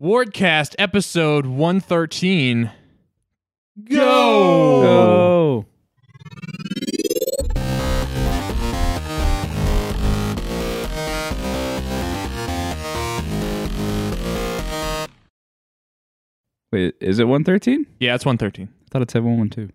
Wardcast episode 113. Go! Oh. Wait, is it 113? Yeah, it's 113. I thought it said 112.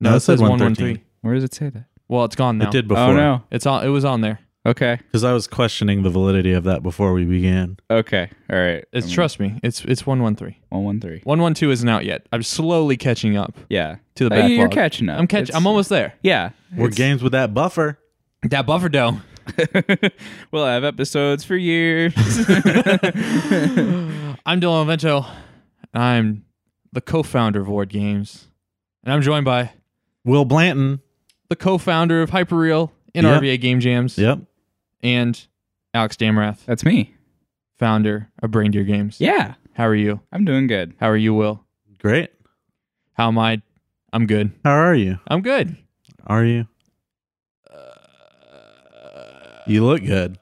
No, it said 113. Where does it say that? Well, it's gone now. It did before. Oh, no. It's on it was on there. Okay. Because I was questioning the validity of that before we began. Okay. All right. It's Mm. Um, trust me. It's it's 113. 113. 112 isn't out yet. I'm slowly catching up Yeah. to the Uh, backlog. You're catching up. I'm catch It's- I'm almost there. Yeah. We're It's- games with that buffer. That buffer dough. we'll have episodes for years. I'm Dylan Vento. I'm the co-founder of Ward Games. And I'm joined by Will Blanton. the co-founder of Hyperreal in Yeah. RVA Game Jams Yep. and Alex Damrath, That's me. founder of Reindeer Games. Yeah. How are you? I'm doing good. How are you, Will? Great. How am I? I'm good. How are you? I'm good. Are you? Uh, You look good.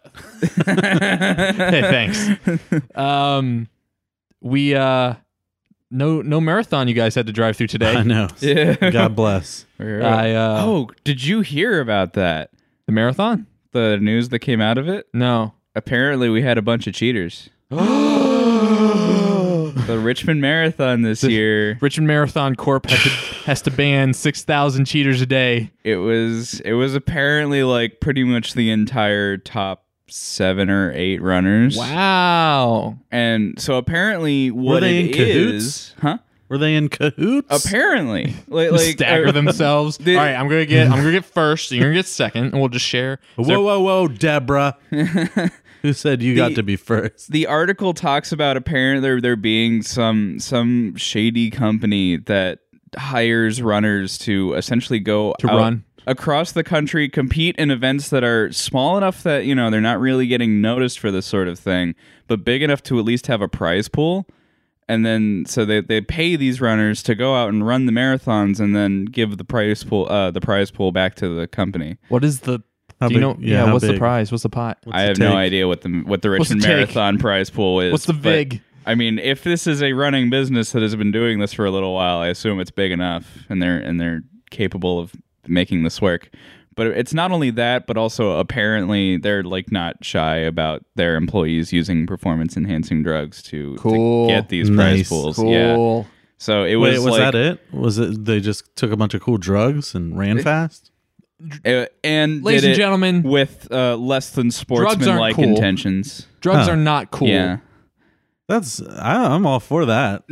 Hey, thanks. Um, we uh, no no marathon you guys had to drive through I today. know. Yeah. God bless. We're- I uh, oh, did you hear about that? the marathon? The news that came out of it? No. Apparently, we had a bunch of cheaters. The Richmond Marathon this year, Richmond Marathon Corp had to, has to ban six thousand cheaters a day. it was it was apparently like pretty much the entire top seven or eight runners. Wow. And so apparently, what they in it is, cahoots? huh? Were they in cahoots? Apparently, like, like Stagger uh, themselves. the- All right, I'm gonna get I'm gonna get first. You're gonna get second, and we'll just share. Is there- Whoa, whoa, whoa, Deborah. Who said you got to be first? the article talks about apparently there, there being some some shady company that hires runners to essentially go To out run. across the country compete in events that are small enough that you know they're not really getting noticed for this sort of thing but big enough to at least have a prize pool and then so they, they pay these runners to go out and run the marathons and then give the prize pool uh, the prize pool back to the company What is the? How do you big- know? yeah, Yeah. how what's the big? prize? What's the pot? What's I the have no take? idea what the what the What's the Richmond take? Marathon prize pool is. What's the but, vig? I mean, if this is a running business that has been doing this for a little while, I assume it's big enough, and they're and they're capable of making this work. But it's not only that, but also apparently they're like not shy about their employees using performance enhancing drugs to, to Cool. get these prize Nice. pools. Yeah. So it was Wait, was like, that it? Was it they just took a bunch of cool drugs and ran fast? uh, and Ladies did and it gentlemen, with uh, less than aren't sportsmanlike cool. intentions. drugs Huh. are not cool. Yeah. That's I, I'm all for that.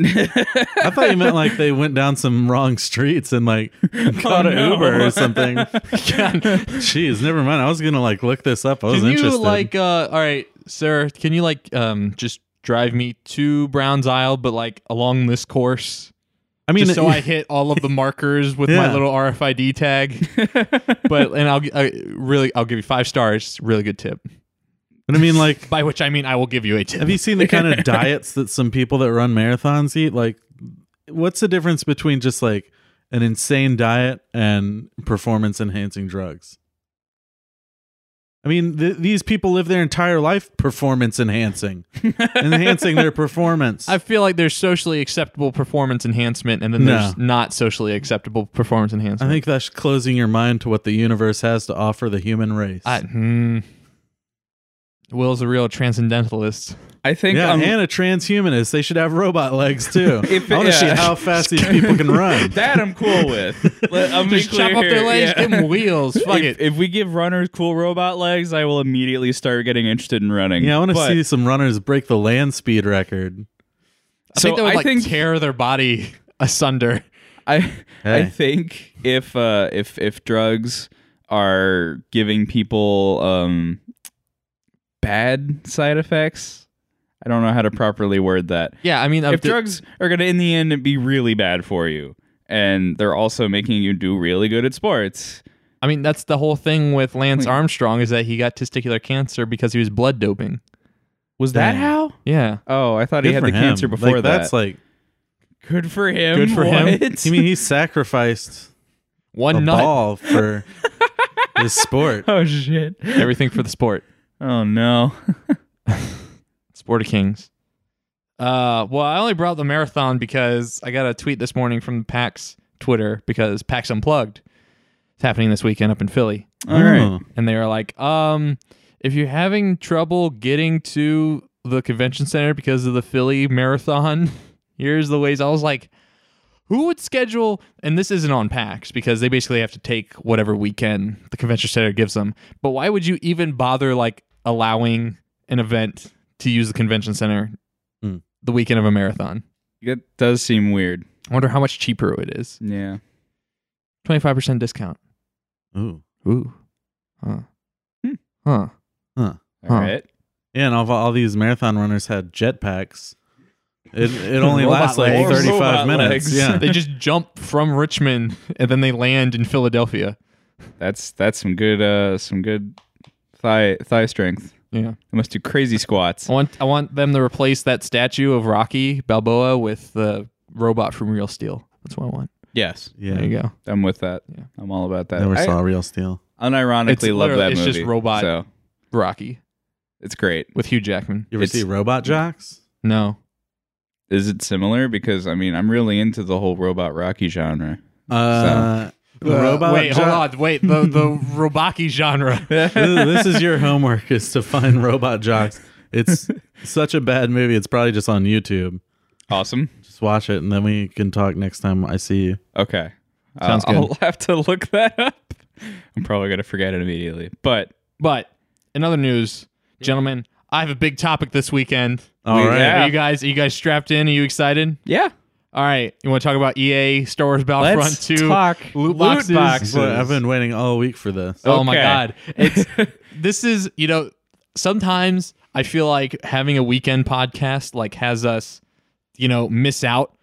I thought you meant like they went down some wrong streets and like Oh, caught an no. Uber or something. Jeez, never mind. I was gonna like look this up. I was Can you interested. like uh all right, sir, can you like um just drive me to Brown's Isle but like along this course? I mean, uh, Just so I hit all of the markers with my Yeah. little RFID tag. but and I'll gi- I, really I'll give you 5 stars, really good tip. but I mean, like, By which I mean I will give you a tip. have you seen the kind of diets that some people that run marathons eat? Like, what's the difference between just like an insane diet and performance enhancing drugs? I mean, th- these people live their entire life performance enhancing, enhancing their performance. I feel like there's socially acceptable performance enhancement and then No. there's not socially acceptable performance I enhancement. think that's closing your mind to what the universe has to offer the human race. I, hmm. Will's a real transcendentalist. I think yeah, um, and a transhumanist. They should have robot legs too. If- I want to see yeah. how fast these people can run. That I'm cool with. Let- I'm Just be clear chop off their here, legs, yeah. give them wheels. Fuck if, it. if we give runners cool robot legs, I will immediately start getting interested in running. yeah, I want to But- see some runners break the land speed record. I So think that would I like think- tear their body asunder. I I Hey. think if uh, if if drugs are giving people um, bad side effects, I don't know how to properly word that. Yeah, I mean, if drugs are going to in the end be really bad for you, and they're also making you do really good at sports. I mean that's the whole thing with Lance Armstrong is that he got testicular cancer because he was blood doping. Was Dang. how? Yeah, Oh, I thought he Good had for the him. cancer before like, that. That's like, Good for him. Good for him. What? I mean, he sacrificed one a nut, ball for this sport. oh shit. everything for the sport, Oh no. sport of kings. Uh, well, I only brought the marathon because I got a tweet this morning from PAX Twitter because PAX Unplugged is happening this weekend up in Philly, All right. Oh. and they are like, um, if you're having trouble getting to the convention center because of the Philly marathon, here's the ways. I was like, who would schedule? And this isn't on PAX because they basically have to take whatever weekend the convention center gives them. But why would you even bother like allowing an event to use the convention center? Hmm. The weekend of a marathon. That does seem weird. I wonder how much cheaper it is. Yeah. 25% discount. Ooh. Ooh. Huh. Hmm. Huh. All Huh. right. Yeah, and all, all these marathon runners had jetpacks. It it only Robot lasts like legs. thirty Robot five minutes. legs. Yeah. they just jump from Richmond and then they land in Philadelphia. That's that's some good uh some good thigh thigh strength. Yeah. They must do crazy squats. I want I want them to replace that statue of Rocky Balboa with the robot from Real Steel. That's what I want. Yes. Yeah. There you go. I'm with that. Yeah. I'm all about that. Never I saw real steel. unironically It's love literally- that it's movie. just robot. So Rocky it's great. with Hugh Jackman. You ever It's- see robot jocks? No. Is it similar? Because I mean, I'm really into the whole robot Rocky genre. Uh, robot. wait, jo- hold on. Wait, the the Robaki genre. This- this is your homework: is to find robot jocks. It's such a bad movie. It's probably just on YouTube. Awesome. Just watch it, and then we can talk next time I see you. Okay. Uh, Sounds good. I'll have to look that up. I'm probably gonna forget it immediately. But But in other news, gentlemen, I have a big topic this weekend. All right. Yeah. Are you guys are you guys strapped in? Are you excited? yeah, All right, you want to talk about EA Star Wars Battlefront let's 2 talk loot boxes? Boy, I've been waiting all week for this. Oh my Okay. god. It's this is, you know, sometimes I feel like having a weekend podcast like has us, you know, miss out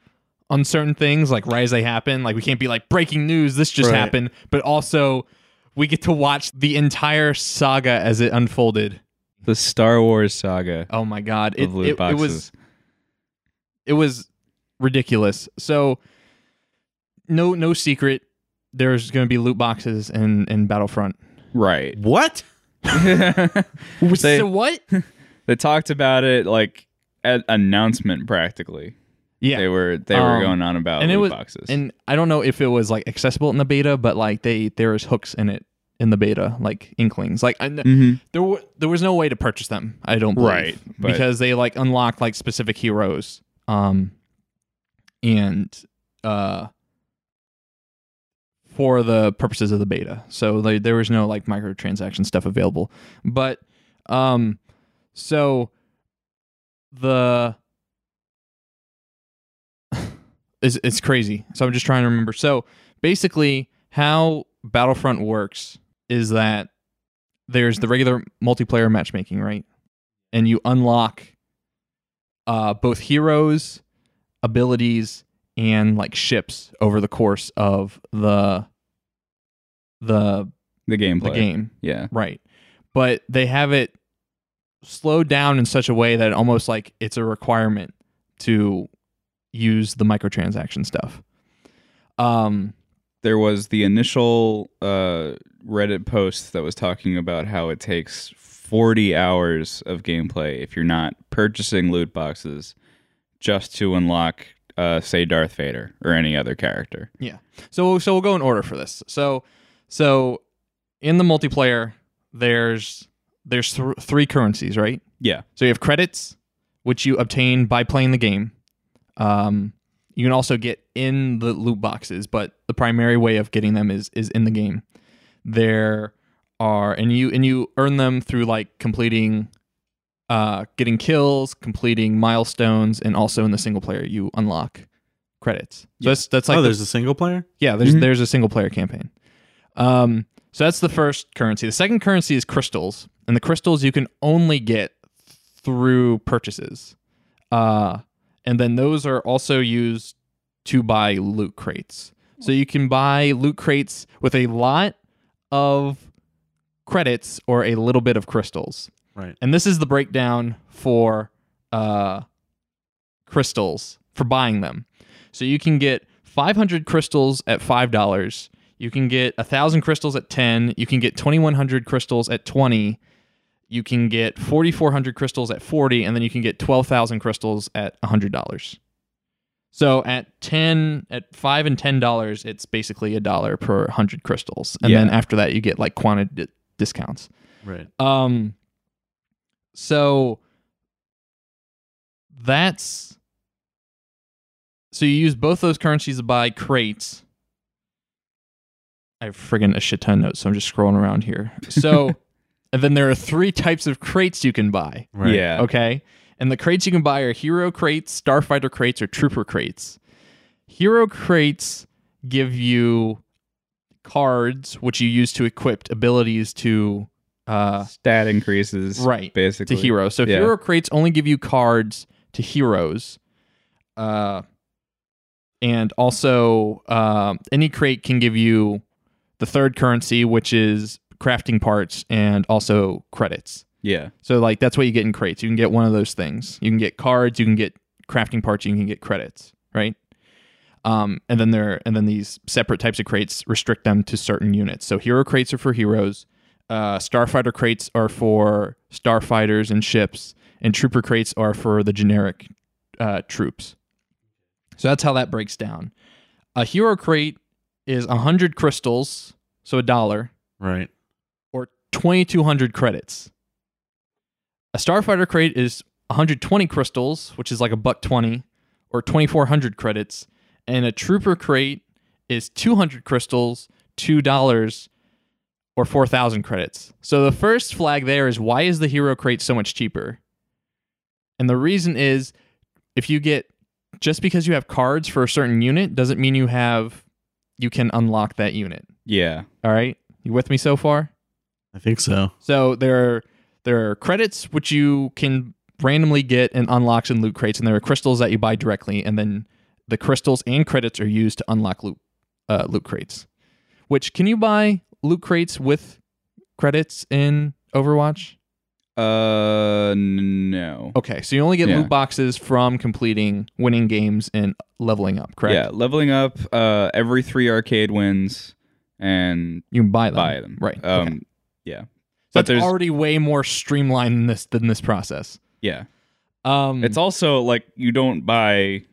on certain things like right as they happen. Like we can't be like breaking news, this just Right. happened, but also we get to watch the entire saga as it unfolded. the Star Wars saga. Oh my god, it, Of loot it, it was boxes. it was ridiculous. So no no secret, there's going to be loot boxes in in Battlefront. Right. What? They- so what? they talked about it like at announcement practically. Yeah, They were they were Um, going on about and it loot was- boxes. and I don't know if it was like accessible in the beta, but like they there is hooks in it in the beta, like inklings. Like I, kn- Mhm. there were there was no way to purchase them. I don't believe Right, but- because they like unlock like specific heroes. Um, and uh, for the purposes of the beta, so like, there was no like microtransaction stuff available. But um, so the it's, it's crazy. So I'm just trying to remember. So basically, how Battlefront works is that there's the regular multiplayer matchmaking, right? And you unlock uh, both heroes, abilities, and like ships over the course of the the the gameplay. the game. Yeah. Right. But they have it slowed down in such a way that it almost like it's a requirement to use the microtransaction stuff. Um There was the initial uh, Reddit post that was talking about how it takes 40 hours of gameplay if you're not purchasing loot boxes just to unlock, uh, say, Darth Vader or any other character. so so we'll go in order for this. So so in the multiplayer there's there's th- three currencies, right? Yeah. So you have credits, which you obtain by playing the game. Um, you can also get in the loot boxes, but the primary way of getting them is is in the game. There are and you and you earn them through like completing, uh, getting kills, completing milestones, and also in the single player you unlock credits. So that's that's like oh, the- there's a single player. yeah, there's Mhm. there's a single player campaign. Um, so that's the first currency. The second currency is crystals, and the crystals you can only get through purchases. Uh, and then those are also used to buy loot crates. So you can buy loot crates with a lot of credits or a little bit of crystals. Right. And this is the breakdown for uh, crystals for buying them. So you can get 500 crystals at $5. You can get 1,000 crystals at 10. You can get 2,100 crystals at 20. you can get 4,400 crystals at 40, and then you can get 12,000 crystals at $100. So at 10, at 5 and $10, it's basically a dollar per 100 crystals. And then Yeah. after that, you get like quantity discounts. Right. Um so that's so you use both those currencies to buy crates. I have friggin' a shit ton of notes, so I'm just scrolling around here. So and then there are three types of crates you can buy. Right. Yeah. Okay. And the crates you can buy are hero crates, starfighter crates, or trooper crates. Hero crates give you cards which you use to equip abilities to uh, Stat increases. Right, Basically. to heroes. So Yeah. hero crates only give you cards to heroes. Uh and also um any crate can give you the third currency which is crafting parts and also credits. Yeah. So like that's what you get in crates. You can get one of those things. You can get cards, you can get crafting parts, you can get credits, right? Um, and then there and then these separate types of crates restrict them to certain units. So hero crates are for heroes, uh, starfighter crates are for starfighters and ships, and trooper crates are for the generic uh, troops. So that's how that breaks down. A hero crate is 100 crystals, so a dollar, Right. or 2200 credits. A starfighter crate is 120 crystals, which is like a buck 20 or 2400 credits, and a trooper crate is 200 crystals, $2 or 4000 credits. So the first flag there is why is the hero crate so much cheaper? And the reason is if you get just because you have cards for a certain unit doesn't mean you have you can unlock that unit. Yeah. All right? You with me so far? I think so. So there are there are credits which you can randomly get and unlocks in loot crates, and there are crystals that you buy directly, and then the crystals and credits are used to unlock loot uh, loot crates. Which can you buy loot crates with credits in Overwatch? Uh, no. Okay, so you only get Yeah. loot boxes from completing winning games and leveling up, correct? Yeah. Leveling up uh, every three arcade wins and You can buy them. buy them. Right. Um, okay. Yeah. So but it's there's- already way more streamlined than this than this process. Yeah. Um, It's also like you don't buy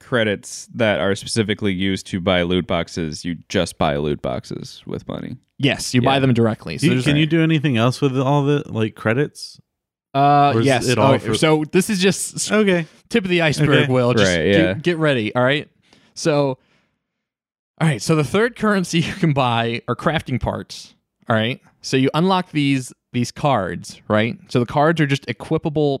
credits that are specifically used to buy loot boxes. You just buy loot boxes with money. yes, you Yeah. buy them directly. So Do you- there's- can you do anything else with all the like credits? Uh, Or is yes. it all Oh, for- so this is just s- Okay. tip of the iceberg. Okay. Will just Right, get- yeah. get, ready. All right. So, all right. So the third currency you can buy are crafting parts. All right. So you unlock these these cards, right? So the cards are just equipable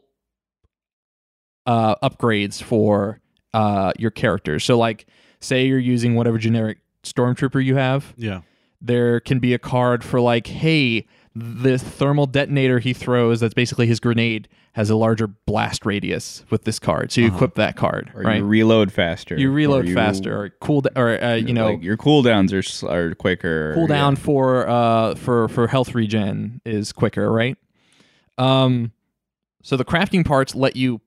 uh, upgrades for uh, your characters. So like, say you're using whatever generic stormtrooper you have Yeah. there can be a card for like, hey, the thermal detonator he throws, that's basically his grenade, has a larger blast radius with this card. So you equip that card, Or right? Uh-huh. you reload faster. You reload Or you- faster or cool, da- or uh, you know, like, your cooldowns are sl- are quicker. cool down Yeah. for uh for for health regen is quicker, right? Um, so the crafting parts let you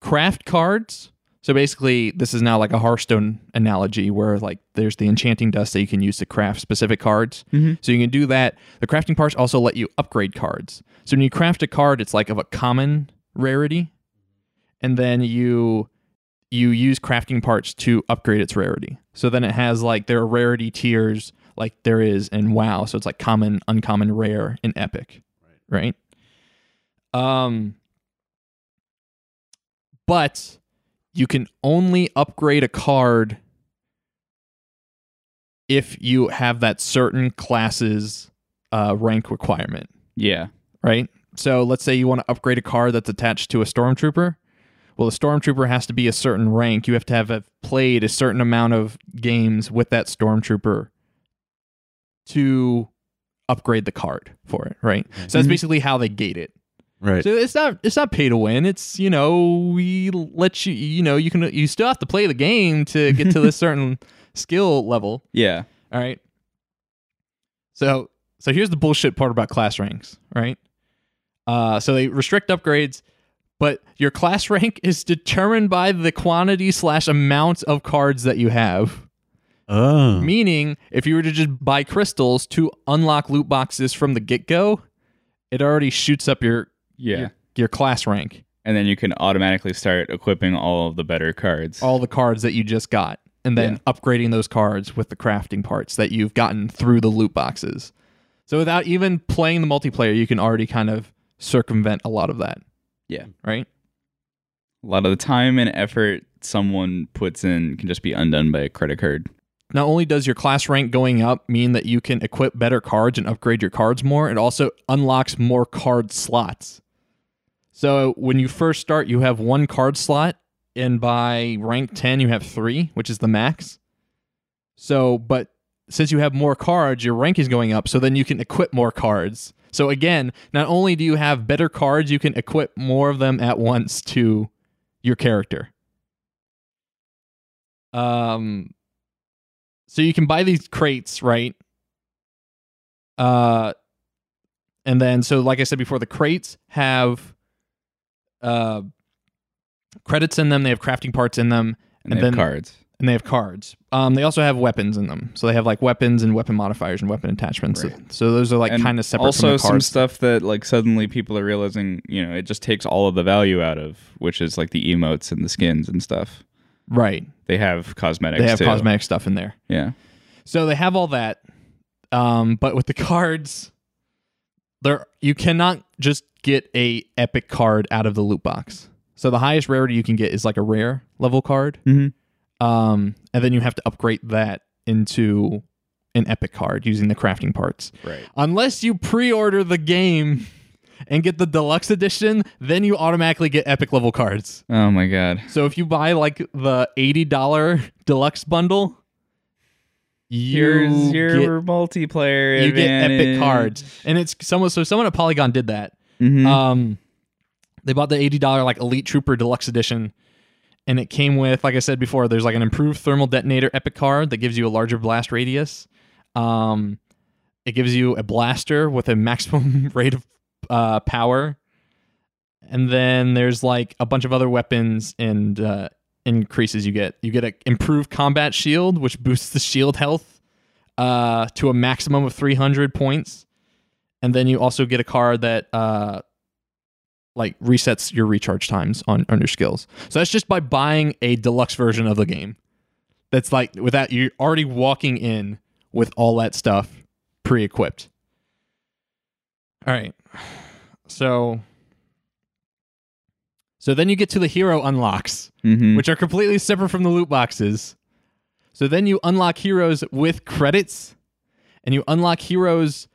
craft cards. So basically, this is now like a Hearthstone analogy where like there's the enchanting dust that you can use to craft specific cards. Mhm. So you can do that. The crafting parts also let you upgrade cards. So when you craft a card, it's like of a common rarity, and then you you use crafting parts to upgrade its rarity. So then it has like there are rarity tiers like there is in WoW. So it's like common, uncommon, rare, and epic. Right. Um but you can only upgrade a card if you have that certain class's uh, rank requirement, Yeah. right? So let's say you want to upgrade a card that's attached to a stormtrooper. Well, the stormtrooper has to be a certain rank. You have to have have played a certain amount of games with that stormtrooper to upgrade the card for it, right? So that's Mhm. basically how they gate it. Right. So it's not it's not pay to win. It's you know we let you you know you can you still have to play the game to get to this certain skill level. Yeah. All right. So so here's the bullshit part about class ranks, right? Uh, so they restrict upgrades, but your class rank is determined by the quantity slash amount of cards that you have. oh. Meaning, if you were to just buy crystals to unlock loot boxes from the get go, it already shoots up your Yeah. your, your class rank, And then you can automatically start equipping all of the better cards. all the cards that you just got, and then upgrading those cards with the crafting parts that you've gotten through the loot boxes. So without even playing the multiplayer, you can already kind of circumvent a lot of that. Yeah. Right? a lot of the time and effort someone puts in can just be undone by a credit card. Not only does your class rank going up mean that you can equip better cards and upgrade your cards more, it also unlocks more card slots. So when you first start, you have one card slot, and by rank 10, you have three, which is the max. So, but since you have more cards, your rank is going up, so then you can equip more cards. So again, not only do you have better cards, you can equip more of them at once to your character. Um, so you can buy these crates, right? Uh, and then so like I said before, the crates have uh credits in them. They have crafting parts in them, And And, they then- have cards. and they have cards. Um, they also have weapons in them, so they have like weapons and weapon modifiers and weapon attachments. So- Right. So, those are like And kind of separate also from the some cards. stuff that like suddenly people are realizing, you know, it just takes all of the value out of, which is like the emotes and the skins and stuff. right? They have cosmetics. They have too. cosmetic stuff in there. Yeah. So they have all that, um, but with the cards, there you cannot just get a epic card out of the loot box. So the highest rarity you can get is like a rare level card, Mm-hmm. um, and then you have to upgrade that into an epic card using the crafting parts. Right. Unless you pre-order the game and get the deluxe edition, then you automatically get epic level cards. Oh my god. So if you buy like the eighty dollar deluxe bundle, you Here's your get, multiplayer. you get epic advantage. cards, and it's someone. So someone at Polygon did that. Mhm. Um, they bought the eighty dollar like Elite Trooper Deluxe Edition, and it came with, like I said before, there's like an improved thermal detonator epic card that gives you a larger blast radius. Um, it gives you a blaster with a maximum rate of uh, power, and then there's like a bunch of other weapons and uh, increases you get. You get an improved combat shield, which boosts the shield health uh, to a maximum of 300 points, and then you also get a card that uh, like resets your recharge times on on your skills. So that's just by buying a deluxe version of the game. That's like without you're already walking in with all that stuff pre-equipped. All right. So So then you get to the hero unlocks, Mhm. which are completely separate from the loot boxes. So then you unlock heroes with credits and you unlock heroes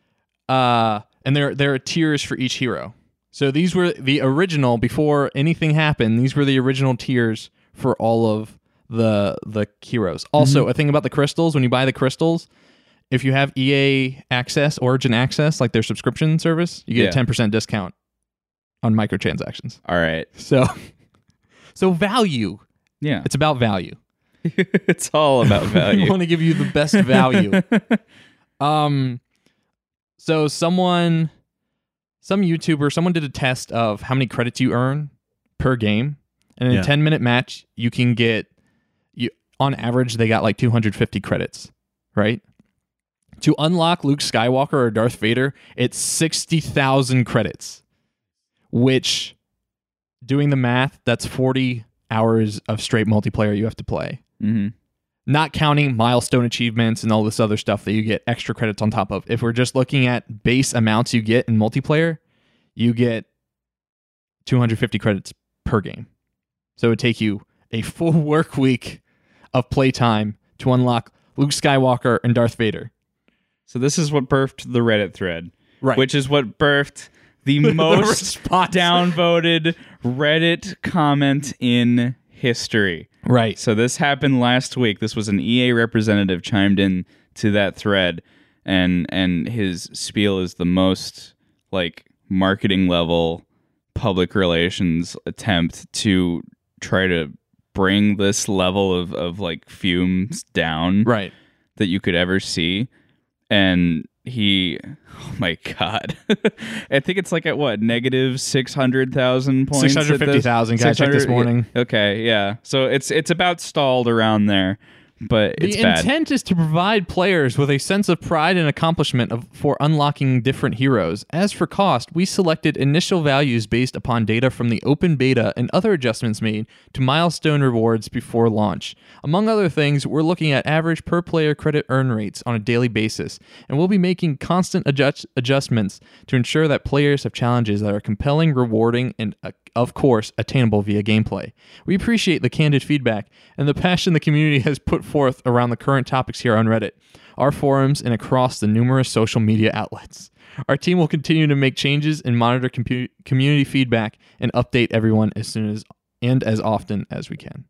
uh and there there are tiers for each hero. So these were the original before anything happened. These were the original tiers for all of the the heroes. Also, a thing about the crystals when you buy the crystals, if you have EA access, Origin access, like their subscription service, you get Yeah. a 10% discount on microtransactions. All right. So so value, Yeah. it's about value. it's all about We value. want to give you the best value. Um, so someone, some YouTuber, someone did a test of how many credits you earn per game, and in Yeah. a ten minute match, you can get you on average they got like two hundred fifty credits, right? To unlock Luke Skywalker or Darth Vader, it's sixty thousand credits, which, doing the math, that's forty hours of straight multiplayer you have to play hmm not counting milestone achievements and all this other stuff that you get extra credits on top of. If we're just looking at base amounts you get in multiplayer, you get 250 credits per game. So it would take you a full work week of playtime to unlock Luke Skywalker and Darth Vader. So this is what birthed the Reddit thread, Right. which is what birthed the most response. downvoted Reddit comment in history. Right. So this happened last week. This was an EA representative chimed in to that thread, and and his spiel is the most like marketing level public relations attempt to try to bring this level of, of like fumes down Right. that you could ever see. And he, oh my God. I think it's like at what, negative 600,000 points? at this- 650,000, guys, I checked this 600 morning. Okay, yeah. So it's it's about stalled around there. but it's the bad. intent is to provide players with a sense of pride and accomplishment of, for unlocking different heroes. As for cost, we selected initial values based upon data from the open beta and other adjustments made to milestone rewards before launch. Among other things, we're looking at average per player credit earn rates on a daily basis, and we'll be making constant adjust- adjustments to ensure that players have challenges that are compelling, rewarding, and uh, of course, attainable via gameplay. We appreciate the candid feedback and the passion the community has put forth around the current topics here on Reddit, our forums, and across the numerous social media outlets. Our team will continue to make changes and monitor compu- community feedback and update everyone as soon as and as often as we can.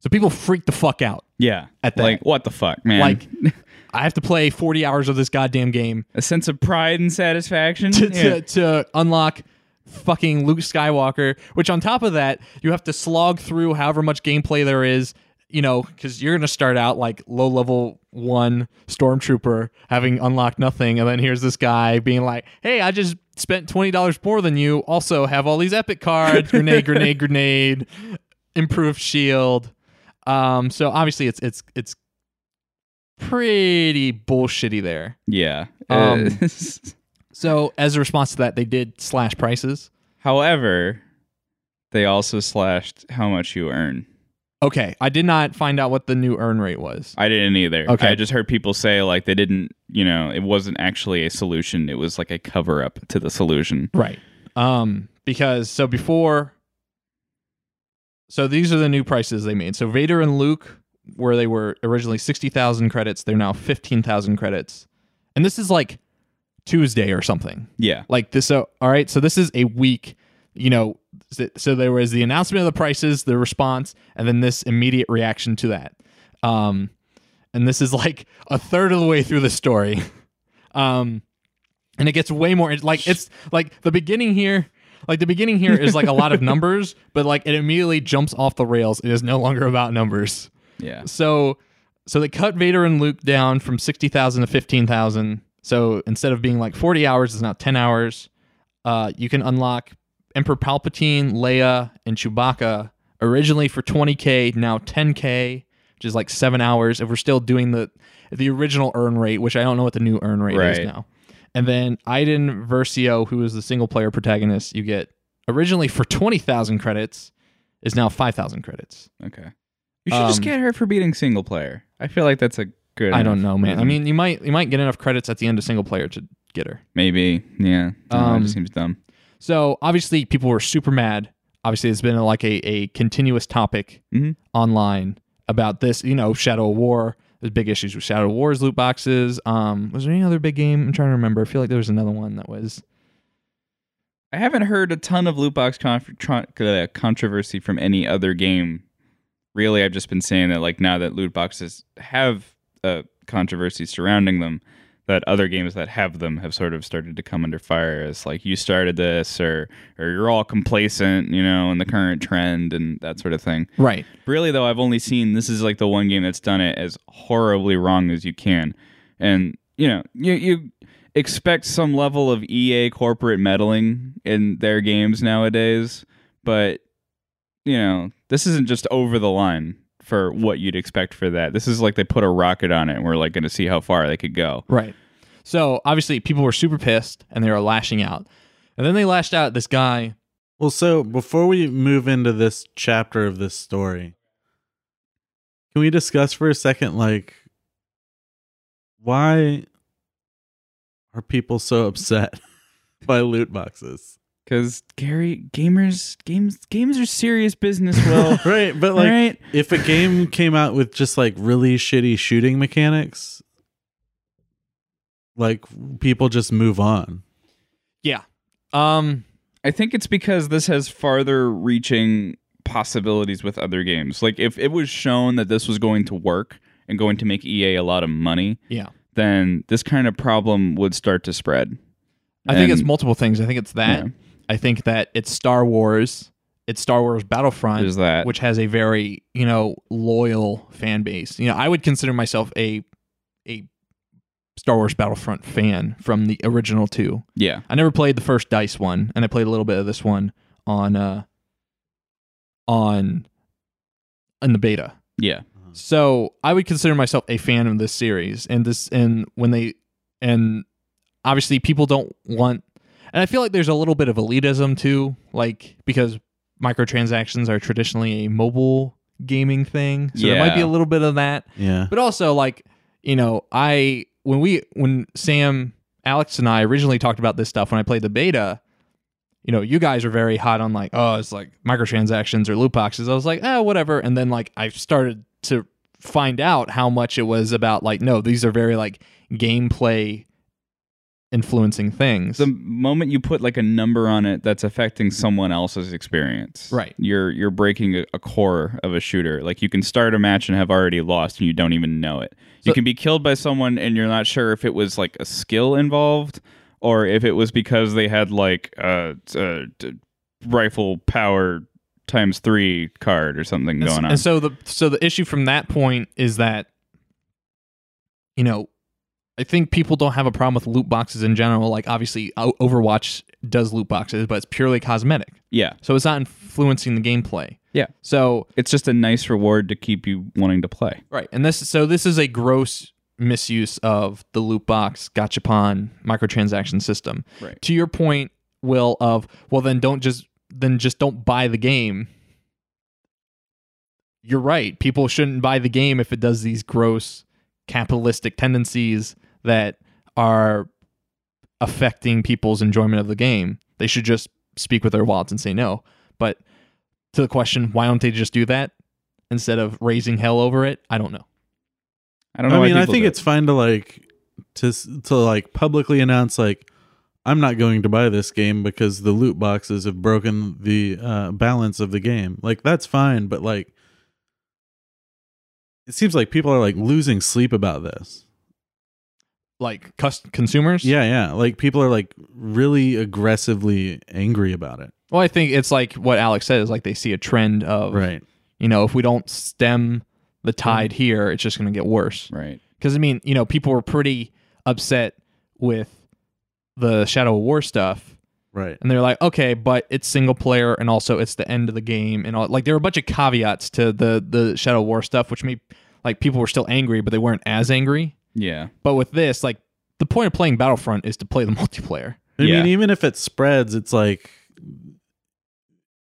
So people freak the fuck out. yeah, At that. like what the fuck, man? Like, I have to play 40 hours of this goddamn game a sense of pride and satisfaction. to, Yeah. to, to unlock fucking Luke Skywalker, which on top of that, you have to slog through however much gameplay there is, you know, because you're going to start out like low level one stormtrooper having unlocked nothing. And then here's this guy being like, hey, I just spent $20 more than you. Also, have all these epic cards grenade, grenade, grenade, improved shield. Um, so obviously it's, it's, it's, pretty bullshitty there yeah. Um, Uh, so as a response to that, they did slash prices. however, they also slashed how much you earn. Okay, I did not find out what the new earn rate was. I didn't either. Okay. I just heard people say like they didn't, you know, it wasn't actually a solution. It was like a cover up to the solution. Right. Um, because so before, so these are the new prices they made. So Vader and Luke, where they were originally sixty thousand credits, they're now fifteen thousand credits, and this is like Tuesday or something. Yeah. like this so all right so this is a week you know so- so there was the announcement of the prices the response and then this immediate reaction to that um and this is like a third of the way through the story um and it gets way more like it's like the beginning here like the beginning here is like a lot of numbers but like it immediately jumps off the rails it is no longer about numbers Yeah. so so they cut Vader and Luke down from 60,000 to 15,000. So instead of being like 40 hours, it's now 10 hours. Uh, you can unlock Emperor Palpatine, Leia, and Chewbacca originally for 20k, now 10k, which is like 7 hours if we're still doing the the original earn rate, which I don't know what the new earn rate Right. is now. And then Iden Versio, who is the single player protagonist, you get originally for 20,000 credits is now 5,000 credits. Okay. You should just Um, get her for beating single player. I feel like that's a good. I don't enough know, man. I reason. mean, you might you might get enough credits at the end of single player to get her. maybe. Yeah. No, it Um, just seems dumb. So obviously, people were super mad. Obviously, it's been like a, a continuous topic Mhm. online about this. You know, Shadow of War. There's big issues with Shadow of War's loot boxes. Um, was there any other big game? I'm trying to remember. I feel like there was another one that was. I haven't heard a ton of loot box con- tron- uh, controversy from any other game. Really, I've just been saying that like now that loot boxes have uh, controversy surrounding them, that other games that have them have sort of started to come under fire as like you started this or or you're all complacent, you know, in the current trend and that sort of thing. Right. Really though, I've only seen this is like the one game that's done it as horribly wrong as you can, and you know you you expect some level of EA corporate meddling in their games nowadays, but you know this isn't just over the line for what you'd expect for that. This is like they put a rocket on it and we're like going to see how far they could go. Right. So obviously, people were super pissed and they were lashing out. And then they lashed out at this guy. Well, so before we move into this chapter of this story, can we discuss for a second, like, why are people so upset by loot boxes? Because Gary, gamers, games, games are serious business. Well, Right, but like, right? if a game came out with just like really shitty shooting mechanics, like people just move on. Yeah. Um. I think it's because this has farther reaching possibilities with other games. Like if it was shown that this was going to work and going to make EA a lot of money, Yeah. then this kind of problem would start to spread. I think it's And- multiple things. I think it's that. Yeah. I think that it's Star Wars. It's Star Wars Battlefront, There's that. which has a very you know loyal fan base. You know, I would consider myself a a Star Wars Battlefront fan from the original two. Yeah. I never played the first Dice one, and I played a little bit of this one on uh on in the beta. Yeah. So I would consider myself a fan of this series, and this, and when they, and obviously people don't want, and I feel like there's a little bit of elitism too, like because microtransactions are traditionally a mobile gaming thing, so there might be Yeah. a little bit of that, Yeah. but also like you know, I when we when Sam, Alex, and I originally talked about this stuff when I played the beta. You know, you guys were very hot on like, oh, it's like microtransactions or loot boxes. I was like, oh, whatever. And then like I started to find out how much it was about like, no, these are very like gameplay influencing things. The moment you put like a number on it that's affecting someone else's experience. Right. You're you're breaking a, a core of a shooter. Like you can start a match and have already lost and you don't even know it. So- you can be killed by someone and you're not sure if it was like a skill involved or if it was because they had like a, a d- rifle power times 3 card or something And s- going on. And so the so the issue from that point is that you know, I think people don't have a problem with loot boxes in general. Like obviously O- Overwatch does loot boxes, but it's purely cosmetic. yeah. So it's not influencing the gameplay. Yeah. So It's just a nice reward to keep you wanting to play. right, and this so this is a gross misuse of the loot box gachapon microtransaction system. Right. To your point, Will, of well then don't just then just don't buy the game. You're right. People shouldn't buy the game if it does these gross capitalistic tendencies that are affecting people's enjoyment of the game. They should just speak with their wallets and say no. But to the question, why don't they just do that instead of raising hell over it? I don't know. I don't know. I why mean, I people think do it. it's fine to like to s- to like publicly announce like I'm not going to buy this game because the loot boxes have broken the uh, balance of the game. Like that's fine, but like it seems like people are like losing sleep about this. Like cus- consumers? Yeah, yeah. Like people are like really aggressively angry about it. Well, I think it's like what Alex said is like they see a trend of Right. Mm-hmm. you know, if we don't stem the tide here, it's just going to get worse. right. Because I mean, you know, people were pretty upset with the Shadow of War stuff, Right. and they're like, okay, but it's single player, and also it's the end of the game, and all. Like there were a bunch of caveats to the the Shadow of War stuff, which made like people were still angry, but they weren't as angry. Yeah. But with this, like the point of playing Battlefront is to play the multiplayer. I Yeah. mean, even if it spreads, it's like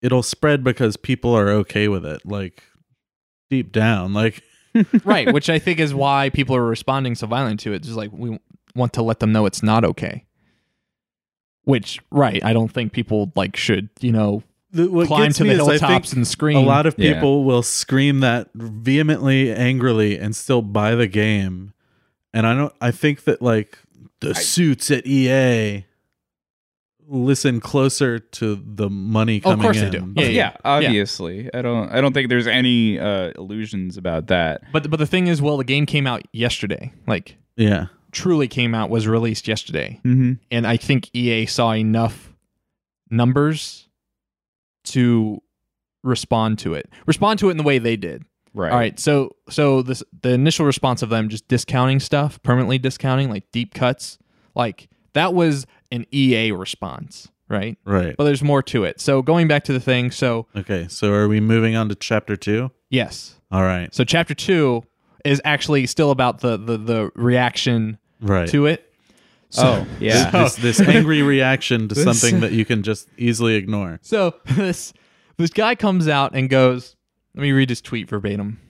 it'll spread because people are okay with it. Like deep down, like right which i think is why people are responding so violently to it just like we want to let them know it's not okay which right i don't think people like should you know the, what climb gets to the me is I think hilltops and scream A lot of Yeah. people will scream that vehemently, angrily, and still buy the game. And I don't. I think that like the suits at EA listen closer to the money Oh, of coming course they do. in. Yeah, Yeah, yeah. obviously. I don't I don't think there's any uh, illusions about that. but but the thing is well the game came out yesterday like yeah. truly came out was released yesterday Mm-hmm. and i think ea saw enough numbers to respond to it respond to it in the way they did Right. All right. So so this the initial response of them just discounting stuff, permanently discounting like deep cuts, like that was an EA response, right? Right. But there's more to it. So going back to the thing, so Okay. So are we moving on to chapter two? yes. All right. So chapter 2 is actually still about the the the reaction Right. to it. Oh, yeah. This, this angry reaction to something that you can just easily ignore. So this this guy comes out and goes, let me read his tweet verbatim.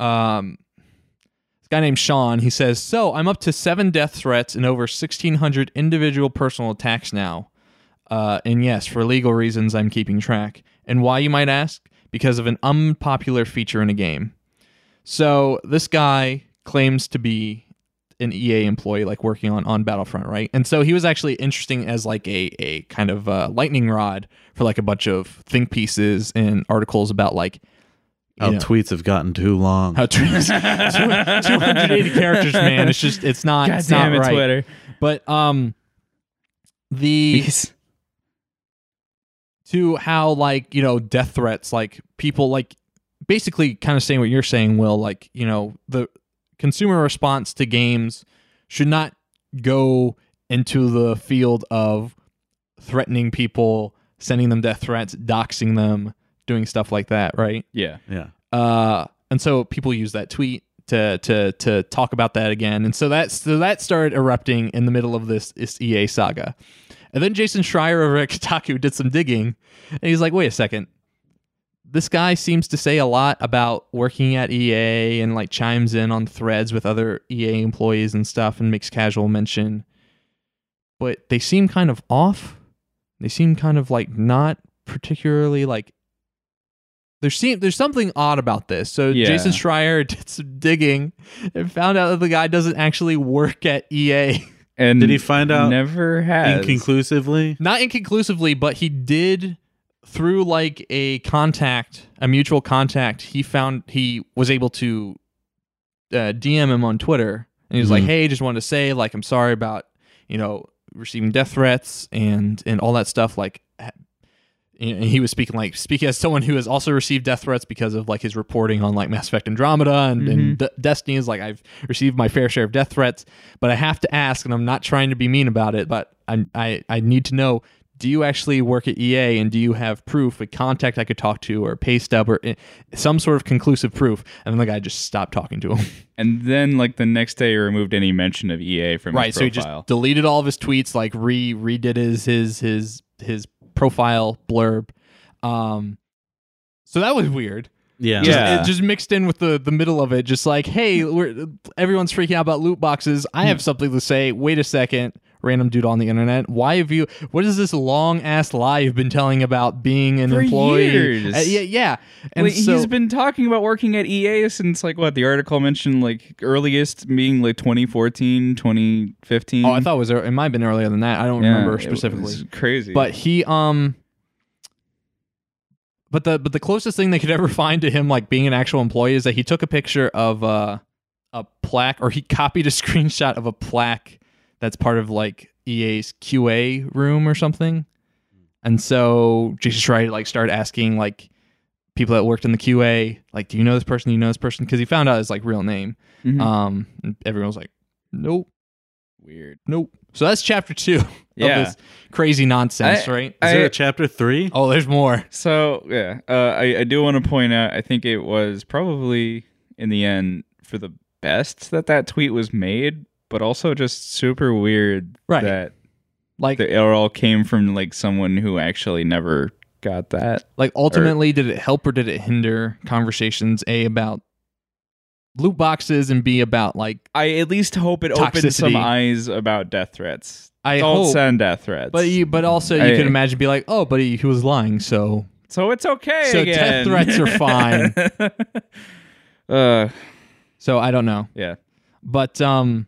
Um, this guy named Sean, he says, "So I'm up to seven death threats and over 1,600 individual personal attacks now. Uh, and yes, for legal reasons, I'm keeping track. And why you might ask? Because of an unpopular feature in a game. So this guy claims to be an EA employee, like working on on Battlefront, right? And so he was actually interesting as like a a kind of uh, lightning rod for like a bunch of think pieces and articles about like How Yeah. Oh, tweets have gotten too long. how two hundred eighty characters, man. It's just it's not it's not right. But um, the to how like you know death threats like people like basically kind of saying what you're saying will like you know the consumer response to games should not go into the field of threatening people sending them death threats doxing them doing stuff like that right Yeah. Yeah. uh and so people use that tweet to to to talk about that again. And so that so that started erupting in the middle of this, this EA saga. And then Jason Schreier over at Kotaku did some digging, and he's like, "Wait a second, this guy seems to say a lot about working at EA and like chimes in on threads with other EA employees and stuff and makes casual mention. But they seem kind of off. They seem kind of like not particularly like there seem there's something odd about this. So Yeah. Jason Schreier did some digging and found out that the guy doesn't actually work at E EA. And Did he find out Never has. Inconclusively, not inconclusively, but he did through like a contact, a mutual contact. He found he was able to uh, DM him on Twitter, and he was like, Mhm. "Hey, just wanted to say like I'm sorry about you know receiving death threats and and all that stuff. Like, ha- and he was speaking like speaking as someone who has also received death threats because of like his reporting on like Mass Effect Andromeda and, and D- Destiny is like I've received my fair share of death threats, but I have to ask, and I'm not trying to be mean about it, but I I, I need to know. Do you actually work at EA and do you have proof, a contact I could talk to, or a pay stub, or eh, some sort of conclusive proof? And then the guy just stopped talking to him. And then, like the next day, he removed any mention of EA from right his so he just profile. deleted all of his tweets like re redid his his his his profile blurb um so that was weird yeah, Yeah. it just mixed in with the the middle of it just like hey we're everyone's freaking out about loot boxes i Hmm. have something to say wait a second random dude on the internet why have you what is this long ass lie you've been telling about being an For employee years. Uh, yeah yeah and Like, so, he's been talking about working at EA since like what the article mentioned, like earliest being like 2014, 2015. oh i thought it was it might have been earlier than that i don't Yeah, remember it was specifically crazy, But he um but the but the closest thing they could ever find to him like being an actual employee is that he took a picture of uh a plaque or he copied a screenshot of a plaque that's part of like E EA's QA room or something. And so Jesus Schreier like started asking like people that worked in the QA, like, do you know this person? Do you know this person? Because he found out his like real name. Mhm. Um and everyone was like, Nope, weird. nope. So that's chapter two Yeah. of this crazy nonsense, I- right? Is there I- a chapter three? Oh, there's more. So yeah, uh, I, I do want to point out. I think it was probably in the end for the best that that tweet was made, but also just super weird Right. that Like, the, it all came from like someone who actually never got that. like ultimately, did it help or did it hinder conversations? A about loot boxes and B about like I at least hope it opened some Toxicity. eyes about death threats. I Don't hope, send death threats. but you, but also you I- could imagine be like, oh, but he, he was lying, so so it's okay. So death again. threats are fine. uh, so I don't know. yeah. But um,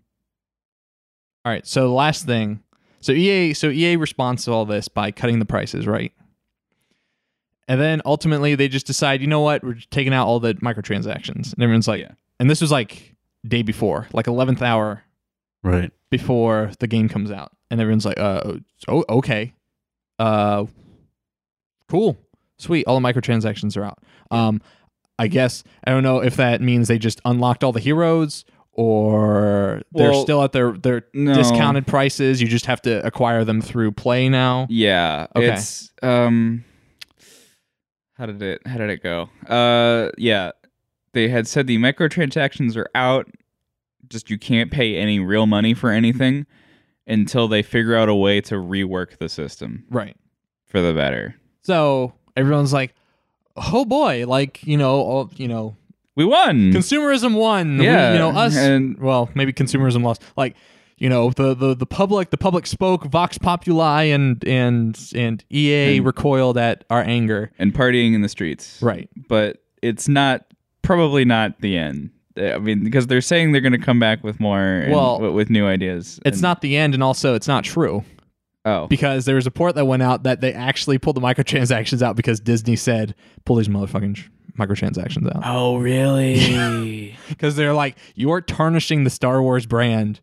all right. So the last thing, so EA, so EA responds to all this by cutting the prices, right? And then ultimately, they just decide, you know what, we're just taking out all the microtransactions, and everyone's like, Yeah. and this was like day before, like eleventh hour Right. before the game comes out and everyone's like uh oh okay uh cool sweet all the microtransactions are out um i guess i don't know if that means they just unlocked all the heroes or they're Well, still at their their no. discounted prices you just have to acquire them through play now Yeah. Okay. It's um how did it how did it go? Uh yeah. They had said the microtransactions are out. Just you can't pay any real money for anything until they figure out a way to rework the system right for the better. so everyone's like oh boy like you know all, you know We won. consumerism won We- Mm. yeah. you know us and well, maybe consumerism lost. Like, you know, the the, the public the public spoke, Vox Populi and and and EA And- recoiled at our anger. and partying in the streets. Right. But it's not probably not the end. Eh, I mean, because they're saying they're going to come back with more, and Well, with- with new ideas. It's and- not the end and also it's not true Oh, because there was a report that went out that they actually pulled the microtransactions out because Disney said pull these motherfucking tr- microtransactions out oh, really? because they're like you're tarnishing the Star Wars brand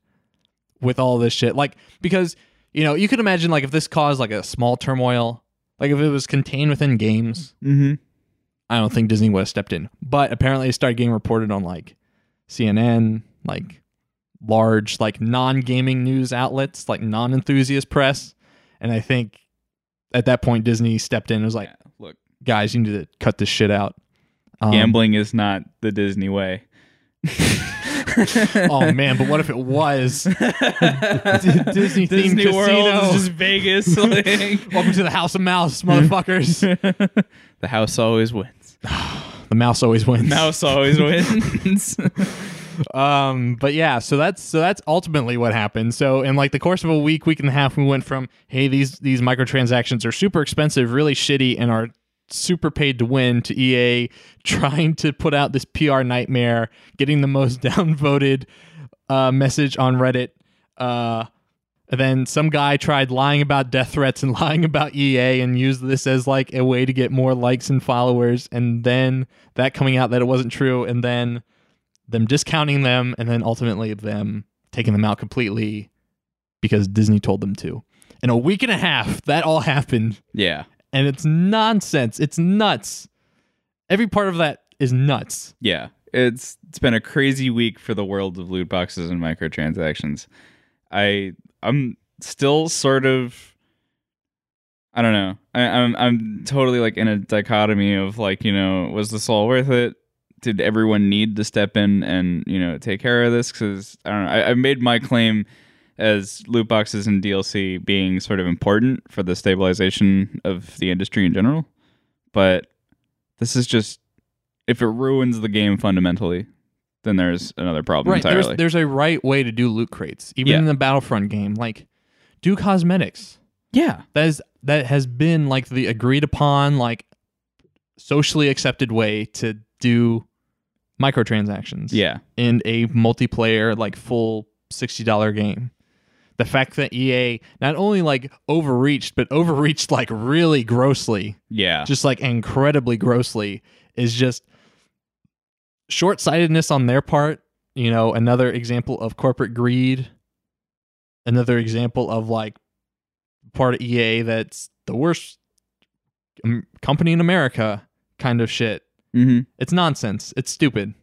with all this shit. Like because you know, you could imagine like if this caused like a small turmoil, like if it was contained within games, Mm-hmm. I don't think Disney would have stepped in. But apparently, it started getting reported on like CNN, like large, like non gaming news outlets, like non enthusiast press. And I think at that point, Disney stepped in and was like, look, guys, you need to cut this shit out. Um, Gambling is not the Disney way. Oh man, but what if it was Disney themed Disney World casino? is just Vegas. like- Welcome to the House of Mouse, motherfuckers. the house always wins. the mouse always wins. Mouse always wins. Um, but yeah, so that's so that's ultimately what happened. So in like the course of a week, week and a half, we went from hey these these microtransactions are super expensive, really shitty, and are super paid to win to EA trying to put out this PR nightmare, getting the most downvoted uh, message on Reddit. Uh, and then some guy tried lying about death threats and lying about EA and used this as like a way to get more likes and followers. And then that coming out that it wasn't true, and then them discounting them and then ultimately them taking them out completely because Disney told them to. In a week and a half, that all happened. yeah. And it's nonsense. It's nuts. Every part of that is nuts. Yeah. It's it's been a crazy week for the world of loot boxes and microtransactions. I I'm still sort of I don't know. I, I'm I'm totally like in a dichotomy of like, you know, was this all worth it? Did everyone need to step in and, you know, take care of this? Because I don't know. I, I made my claim as loot boxes and DLC being sort of important for the stabilization of the industry in general. But this is just if it ruins the game fundamentally, then there's another problem There's, entirely. there's a right way to do loot crates, even Yeah. in the Battlefront game. Like, do cosmetics. yeah. That is that has been like the agreed upon, like socially accepted way to do microtransactions. Yeah. in a multiplayer like full $60 game the fact that ea not only like overreached but overreached like really grossly Yeah. just like incredibly grossly is just short-sightedness on their part you know another example of corporate greed another example of like part of ea that's the worst um, company in america kind of shit mm-hmm. it's nonsense. It's stupid.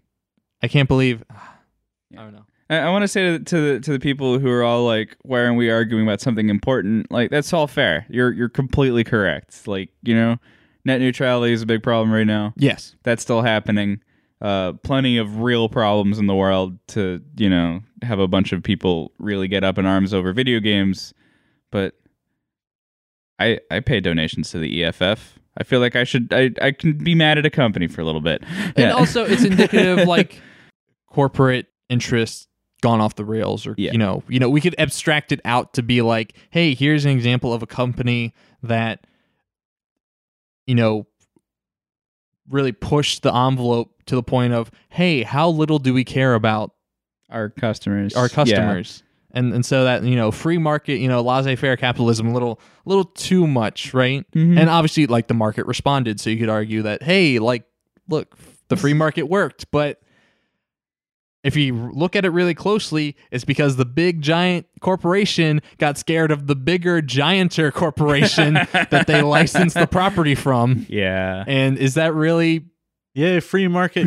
I can't believe. I don't know. I, I want to say to the, to the to the people who are all like, "Why aren't we arguing about something important?" Like that's all fair. You're you're completely correct. Like you know, net neutrality is a big problem right now. Yes. That's still happening. Uh, plenty of real problems in the world to you know have a bunch of people really get up in arms over video games, but I I pay donations to the EFF. I feel like I should I, I can be mad at a company for a little bit. And also, it's indicative like corporate interests gone off the rails, or Yeah. you know, you know, we could abstract it out to be like, hey, here's an example of a company that, you know, really pushed the envelope to the point of, hey, how little do we care about our customers our Yeah. customers. And, and so that you know free market you know laissez-faire capitalism a little a little too much right Mhm. and obviously like the market responded so you could argue that hey like look the free market worked but if you look at it really closely it's because the big giant corporation got scared of the bigger gianter corporation that they licensed the property from Yeah. and is that really Yay, free market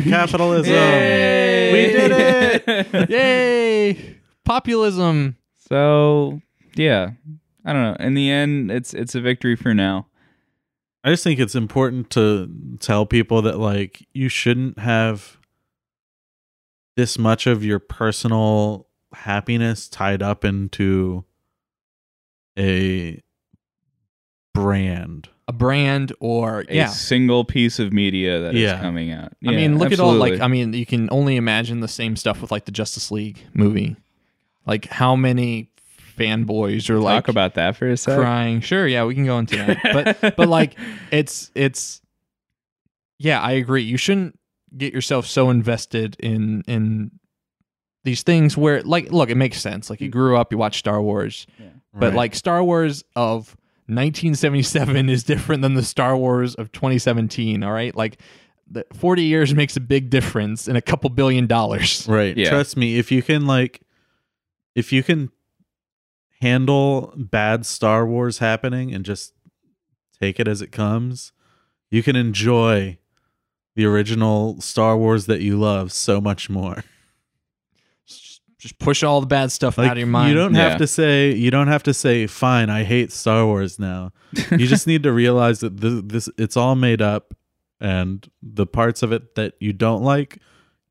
capitalism. Yay! We did it. yay populism so yeah, I don't know. In the end, it's it's a victory for now. I just think it's important to tell people that like you shouldn't have this much of your personal happiness tied up into a brand. a brand or A yeah single piece of media that is Yeah. coming out. I Yeah, mean, look at all like absolutely. I mean, you can only imagine the same stuff with like the Justice League movie. Like how many fanboys are like talk about that for a sec. crying. Sure, yeah, we can go into that. but but like it's it's yeah, I agree. You shouldn't get yourself so invested in in these things where like look, it makes sense. Mm. Like you grew up, you watched Star Wars, but Right. like Star Wars of 1977 is different than the Star Wars of 2017. All right, like the 40 years makes a big difference in a couple billion dollars. Right. Yeah. Trust me, if you can like if you can handle bad Star Wars happening and just take it as it comes, you can enjoy the original Star Wars that you love so much more. Just, just push all the bad stuff Like out of your mind. you don't Yeah. have to say you don't have to say fine, I hate Star Wars now. You just need to realize that th- this it's all made up and the parts of it that you don't like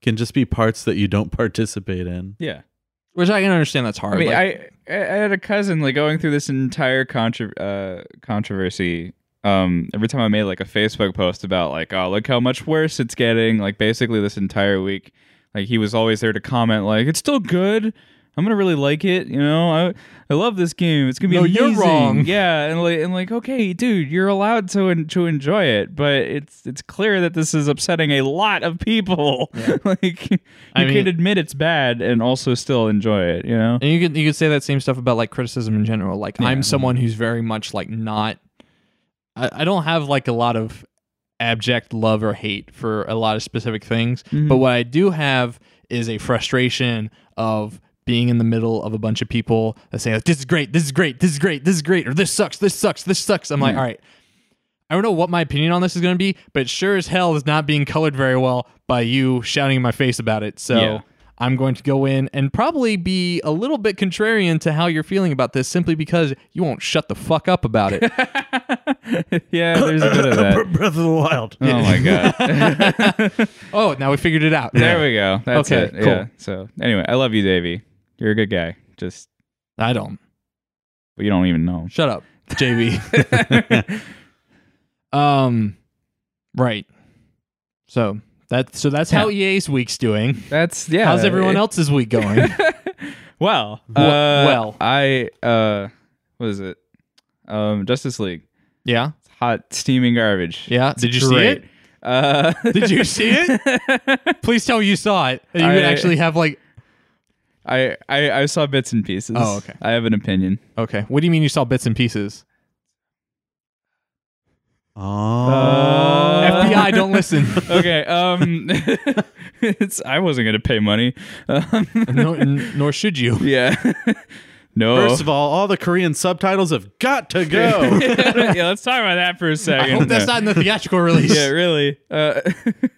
can just be parts that you don't participate in. Yeah. Which I can understand that's hard. I mean, like- I I I had a cousin like going through this entire contro- uh, controversy. Um, every time I made like a Facebook post about like, oh, look how much worse it's getting. Like basically this entire week, like he was always there to comment like, it's still good. I'm gonna really like it. You know, I I love this game. It's gonna be No, you're amazing." wrong. Yeah, and like and like, okay, dude, you're allowed to en- to enjoy it, but it's it's clear that this is upsetting a lot of people. like, you I mean- can admit it's bad and also still enjoy it. You know. And you could you could say that same stuff about like criticism in general. Like I'm someone who's very much like not I, I don't have like a lot of abject love or hate for a lot of specific things. But what I do have is a frustration of being in the middle of a bunch of people that say like, this is great, this is great, this is great, this is great, or this sucks, this sucks, this sucks. I'm like, all right. I don't know what my opinion on this is going to be, but it sure as hell is not being colored very well by you shouting in my face about it. So Yeah. I'm going to go in and probably be a little bit contrarian to how you're feeling about this simply because you won't shut the fuck up about it. yeah, there's a bit of that. Br- Breath of the Wild. Oh my god. oh, now we figured it out. There we go. That's Okay, it. Yeah. So anyway, I love you, Davey. You're a good guy. Just I don't. but you don't even know. Shut up, JB. um, right. So that so that's how EA's week's doing. That's yeah. How's everyone else's week going? Well, uh, well. I uh, what is it? Um, Justice League. yeah, It's hot steaming garbage. yeah. Did you see Great. it? Uh, Did you see it? Please tell me you saw it. and You I- would actually have like I, I I saw bits and pieces. Oh, okay. I have an opinion. okay. What do you mean you saw bits and pieces? Oh, Uh, FBI, don't listen. okay. Um, it's I wasn't gonna pay money. Um, nor, n- nor should you. yeah. no. First of all, all the Korean subtitles have got to go. yeah, let's talk about that for a I second. hope that's not in the theatrical release. yeah, really. Uh,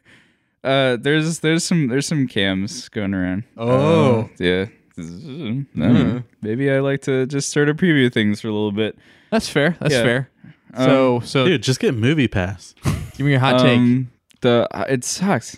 uh, there's there's some there's some cams going around. Oh. Uh, yeah. I don't know. Maybe I like to just sort of preview things for a little bit. That's fair. That's Yeah. fair. So so Dude, just get Movie Pass. give me your hot take. Um, the uh, it sucks.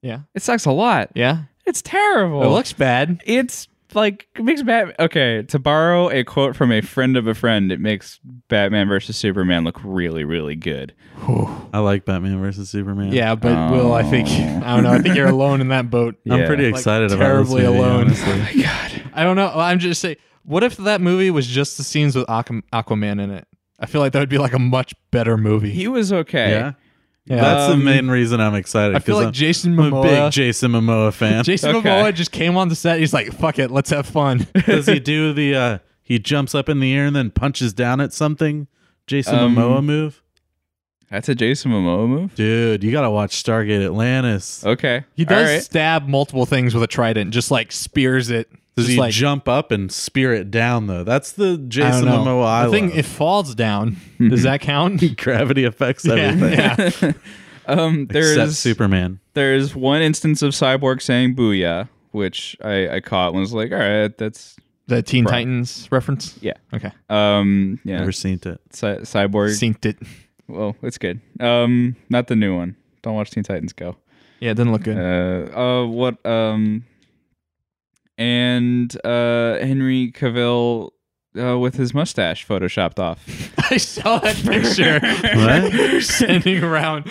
Yeah. It sucks a lot. Yeah. It's terrible. It looks bad. it's like it makes Bat. Okay, to borrow a quote from a friend of a friend, it makes Batman versus Superman look really, really good. I like Batman versus Superman. Yeah, but Will, I think Oh. I don't know. I think you're alone in that boat. I'm Yeah. pretty Like, excited about terribly this movie, alone. honestly. My God. I don't know. I'm just saying. What if that movie was just the scenes with Aqu- Aquaman in it? I feel like that would be like a much better movie. He was okay. Yeah. Yeah. That's the Um, main reason I'm excited. I feel 'cause like Jason I'm, I'm a Momoa. big Jason Momoa fan. Jason Okay. Momoa just came on the set. He's like, "Fuck it, let's have fun." Does he do the uh he jumps up in the air and then punches down at something? Jason Um, Momoa move? That's a Jason Momoa move. Dude, you gotta watch Stargate Atlantis. Oh, Okay. He All does right. stab multiple things with a trident, just like spears it. Does just he like, jump up and spear it down though? That's the I don't Jason know. Momoa I The thing love. it falls down. Does that count? Gravity affects yeah, everything. yeah. Um, Except there's Superman. there's one instance of Cyborg saying "booyah," which I, I caught and was like, "All right, that's The Teen Right. Titans reference. yeah." Okay, Um, yeah, Never seen it. Cy- Cyborg. synced it. well, it's good. Um, not the new one. Don't watch Teen Titans Go. Yeah, it doesn't look good. Uh, uh, what? Um, and uh, Henry Cavill uh, with his mustache photoshopped off. I saw that picture. What? You're standing around.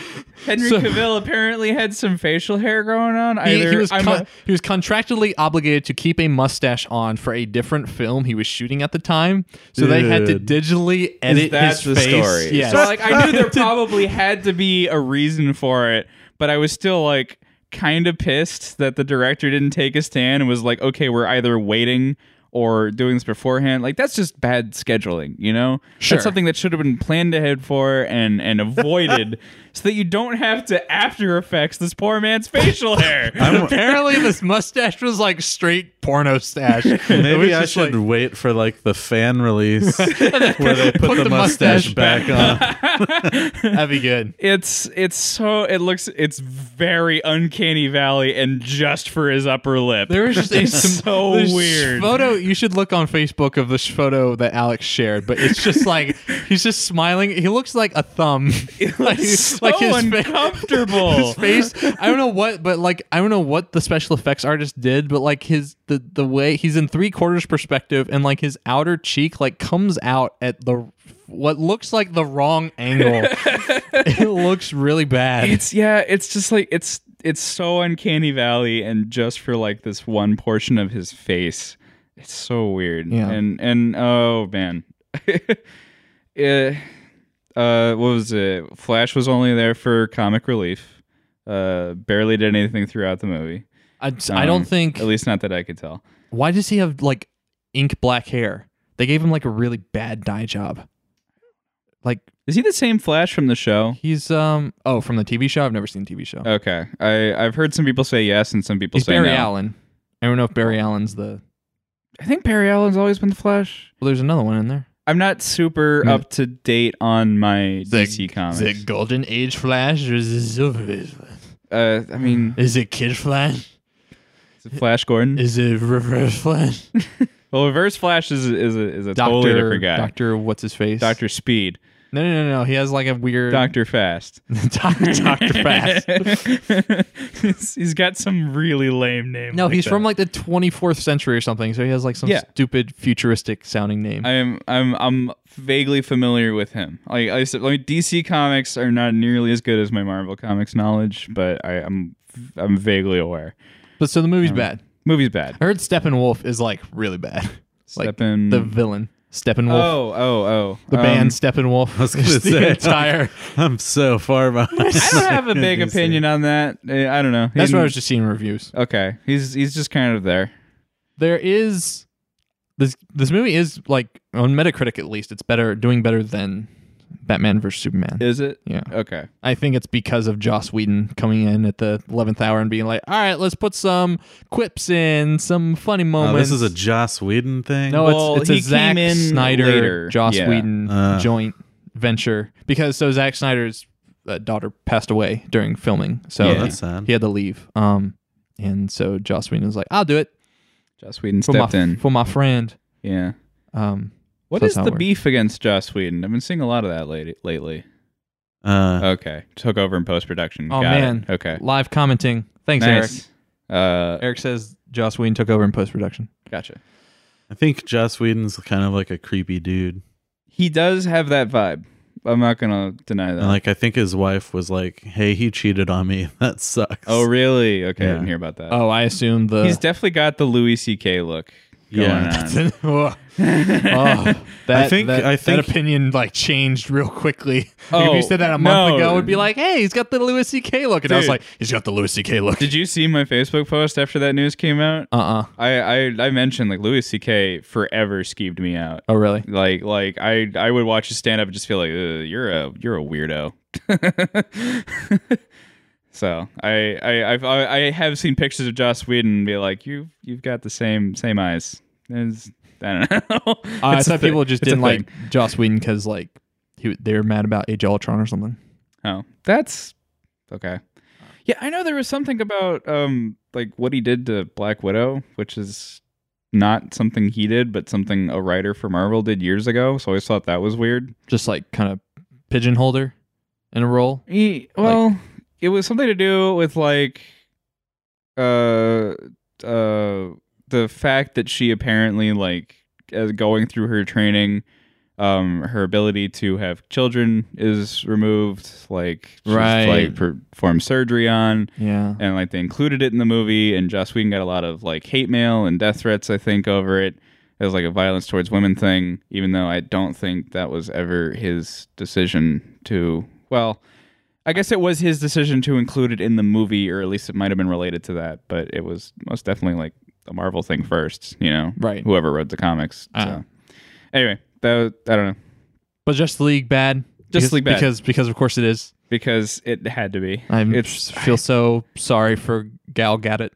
Henry So- Cavill apparently had some facial hair growing on. He, Either he was I'm con- a- he was contractually obligated to keep a mustache on for a different film he was shooting at the time, so they had to digitally edit that's his the face. story. Yes. So like I knew there probably had to be a reason for it, but I was still like kind of pissed that the director didn't take a stand and was like, "Okay, we're either waiting or doing this beforehand." Like that's just bad scheduling, you know? Sure. That's something that should have been planned ahead for and and avoided so that you don't have to after effects this poor man's facial hair. Apparently, this mustache was like straight porno stash. It was Maybe I just should like- wait for like the fan release where they put, put the, the mustache mustache, back on. that'd be good. It's it's so it looks it's very uncanny valley and just for his upper lip. There was just a some, so there's weird. photo. You should look on Facebook of this photo that Alex shared, but it's just like he's just smiling. He looks like a thumb. like, It's like so his, fa- uncomfortable. his face. I don't know what, but like I don't know what the special effects artist did, but like his the the way he's in three quarters perspective, and like his outer cheek like comes out at the what looks like the wrong angle. it looks really bad. It's yeah, it's just like it's it's so uncanny valley and just for like this one portion of his face. It's so weird. Yeah. And and oh man. Eh, uh what was it? Flash was only there for comic relief. Uh barely did anything throughout the movie. I, I Um, don't think. At least not that I could tell. Why does he have like ink black hair? They gave him like a really bad dye job. Like Is he the same Flash from the show? he's um oh from the TV show. I've never seen the TV show. Okay. I I've heard some people say yes and some people he's say Barry no. Allen. I don't know if Barry Allen's the. I think Barry Allen's always been the Flash. Well, there's another one in there. I'm not super Mm. up to date on my DC comics. Golden Age Flash or is it Silver Age Flash? Uh, I mean, Is it Kid Flash? is it Flash Gordon. Is Mm. it Reverse Flash? well, Reverse Flash is is a, is a totally different guy. Doctor, Doctor, what's his face? Speed, No, no, no, no. He has like a weird Doctor Fast, Doctor Fast. He's- he's got some really lame name. No, like he's that. from like the 24th century or something. So he has like some Yeah. stupid futuristic sounding name. I'm I'm I'm vaguely familiar with him. Like I said, like DC comics are not nearly as good as my Marvel comics knowledge, but I, I'm I'm vaguely aware. But so the movie's bad. Movie's bad. I heard Steppenwolf is like really bad. Like Steppen- the villain, Steppenwolf, Oh oh oh. the Um, band Steppenwolf. I was gonna Just the say, entire. I'm so far behind. Oh, I don't have a big opinion on that. Eh, I don't know. He That's what I didn't- was just seeing reviews. Okay, he's he's just kind of there. There is this. This movie is like on Metacritic at least. It's better, doing better than Batman versus Superman. Is it? yeah, Okay. I think it's because of Joss Whedon coming in at the eleventh hour and being like, "All right, let's put some quips in, some funny Oh, moments." this is a Joss Whedon thing. No, Well, it's, he it's a Zack came in Snyder, later. Joss Yeah. Whedon Uh. joint venture because so Zack Snyder's uh, daughter passed away during filming, so Yeah. oh, he- that's sad. he had to leave. Um, and so Joss Whedon was like, "I'll do it Joss Whedon for stepped my in. for my friend." Yeah. Um, What So is that's how it the works. beef against Joss Whedon? I've been seeing a lot of that late, lately. Uh, Okay, took over in post production. oh man, Okay. live commenting. Thanks, Nice. Uh, Eric. Eric says Joss Whedon took over in post production. gotcha. I think Joss Whedon's kind of like a creepy dude. He does have that vibe. I'm not gonna deny that. And like I think his wife was like, "Hey, he cheated on me. That sucks." oh really? Okay, I didn't Yeah. hear about that. Oh, I assume the He's definitely got the Louis C.K. look. Going Yeah. on. oh, that, I think- that, I think- that opinion like changed real quickly. Like, if Oh, you said that a month no. ago, it would be like, "Hey, he's got the Louis C.K. look," and I was Dude. like, "He's got the Louis C.K. look." Did you see my Facebook post after that news came out? Uh uh I I, I mentioned like Louis C.K. forever skeeved me out. Oh really? Like like I I would watch his stand up and just feel like "Ugh, you're a you're a weirdo. so I I I've, I I have seen pictures of Joss Whedon and be like you you've got the same same eyes. It's, I don't know. I It's a thought thing. people just It's a didn't thing. like Joss Whedon because like he, they were mad about Age of Ultron or something. Oh, that's okay. Yeah, I know there was something about um like what he did to Black Widow, which is not something he did, but something a writer for Marvel did years ago. So I always thought that was weird. Just like kind of pigeonholed her in a role. He, well, it was something to do with like uh uh the fact that she apparently like as going through her training um her ability to have children is removed like she's, Right. like performed surgery on Yeah. and like they included it in the movie and Joss Whedon got a lot of like hate mail and death threats I think over it as like a violence towards women thing even though I don't think that was ever his decision to well I guess it was his decision to include it in the movie or at least it might have been related to that but it was most definitely like a Marvel thing first you know Right. whoever wrote the comics Ah. so anyway that was, I don't know But Just the League bad. Just because, League bad. because because of course it is. because it had to be I it's feel so sorry for Gal Gadot.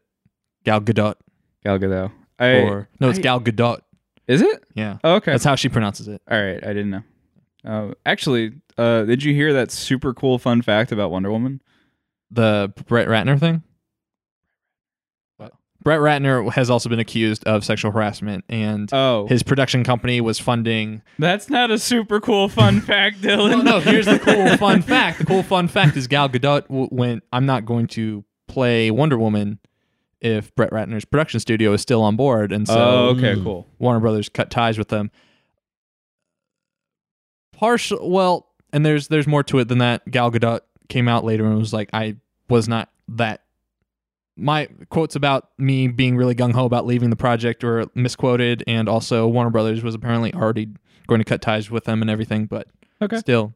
Gal Gadot. Gal Gadot I or no, it's I- Gal Gadot. is it? Yeah, Oh, okay. that's how she pronounces it. All right, I didn't know. Uh, actually, uh, did you hear that super cool fun fact about Wonder Woman? The Brett Ratner thing. What? Brett Ratner has also been accused of sexual harassment, and Oh, his production company was funding. that's not a super cool fun fact, Dylan. No, no. Here's the cool fun fact. The cool fun fact is Gal Gadot w- went. I'm not going to play Wonder Woman if Brett Ratner's production studio is still on board, and so oh, okay, Mm. cool. Warner Brothers cut ties with them. Partial, well, and there's there's more to it than that. Gal Gadot came out later and was like, "I was not that." My quotes about me being really gung ho about leaving the project were misquoted, and also Warner Brothers was apparently already going to cut ties with them and everything. But Okay. still,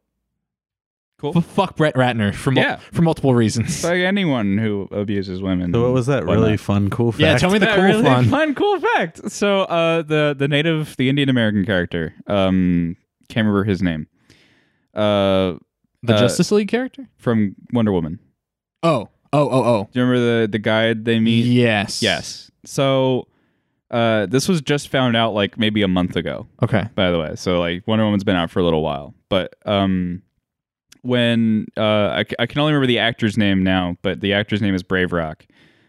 Cool. F- fuck Brett Ratner for mul- Yeah. for multiple reasons. It's like anyone who abuses women. So what was that Why not? really fun, cool fact? yeah, tell me the That cool really fun. cool fact. So uh, the the native, the Indian American character, um, can't remember his name, uh, The Uh, Justice League character. from Wonder Woman. Oh, oh, oh, oh. Do you remember the the guy they meet? Yes. Yes. So uh, this was just found out like maybe a month ago, Okay. by the way. So like Wonder Woman's been out for a little while, but um, when uh, I, c- I can only remember the actor's name now, but the actor's name is Brave Rock.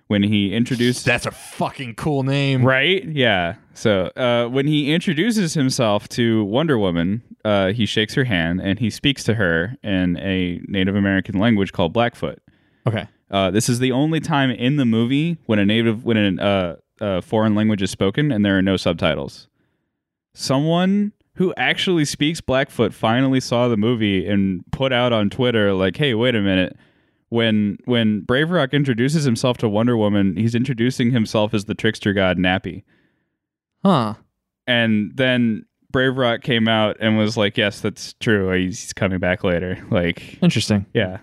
When he introduced That's a fucking cool name. Right? Yeah. So uh, when he introduces himself to Wonder Woman, uh, he shakes her hand and he speaks to her in a Native American language called Blackfoot. Okay. Uh, this is the only time in the movie when a native when a uh, uh, foreign language is spoken and there are no subtitles. Someone who actually speaks Blackfoot finally saw the movie and put out on Twitter like, "Hey, wait a minute." When when Brave Rock introduces himself to Wonder Woman, he's introducing himself as the trickster god Nappy. Huh. And then Brave Rock came out and was like, "Yes, that's true. He's he's coming back later." Like, Interesting. yeah.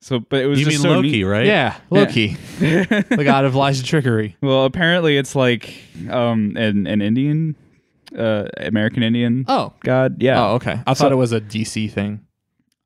So, but it was You mean just so Loki, neat. right? Yeah, Loki, the god of lies and trickery. Well, apparently it's like um an an Indian, uh American Indian Oh. god. Yeah, Oh, okay. I thought it was a DC thing.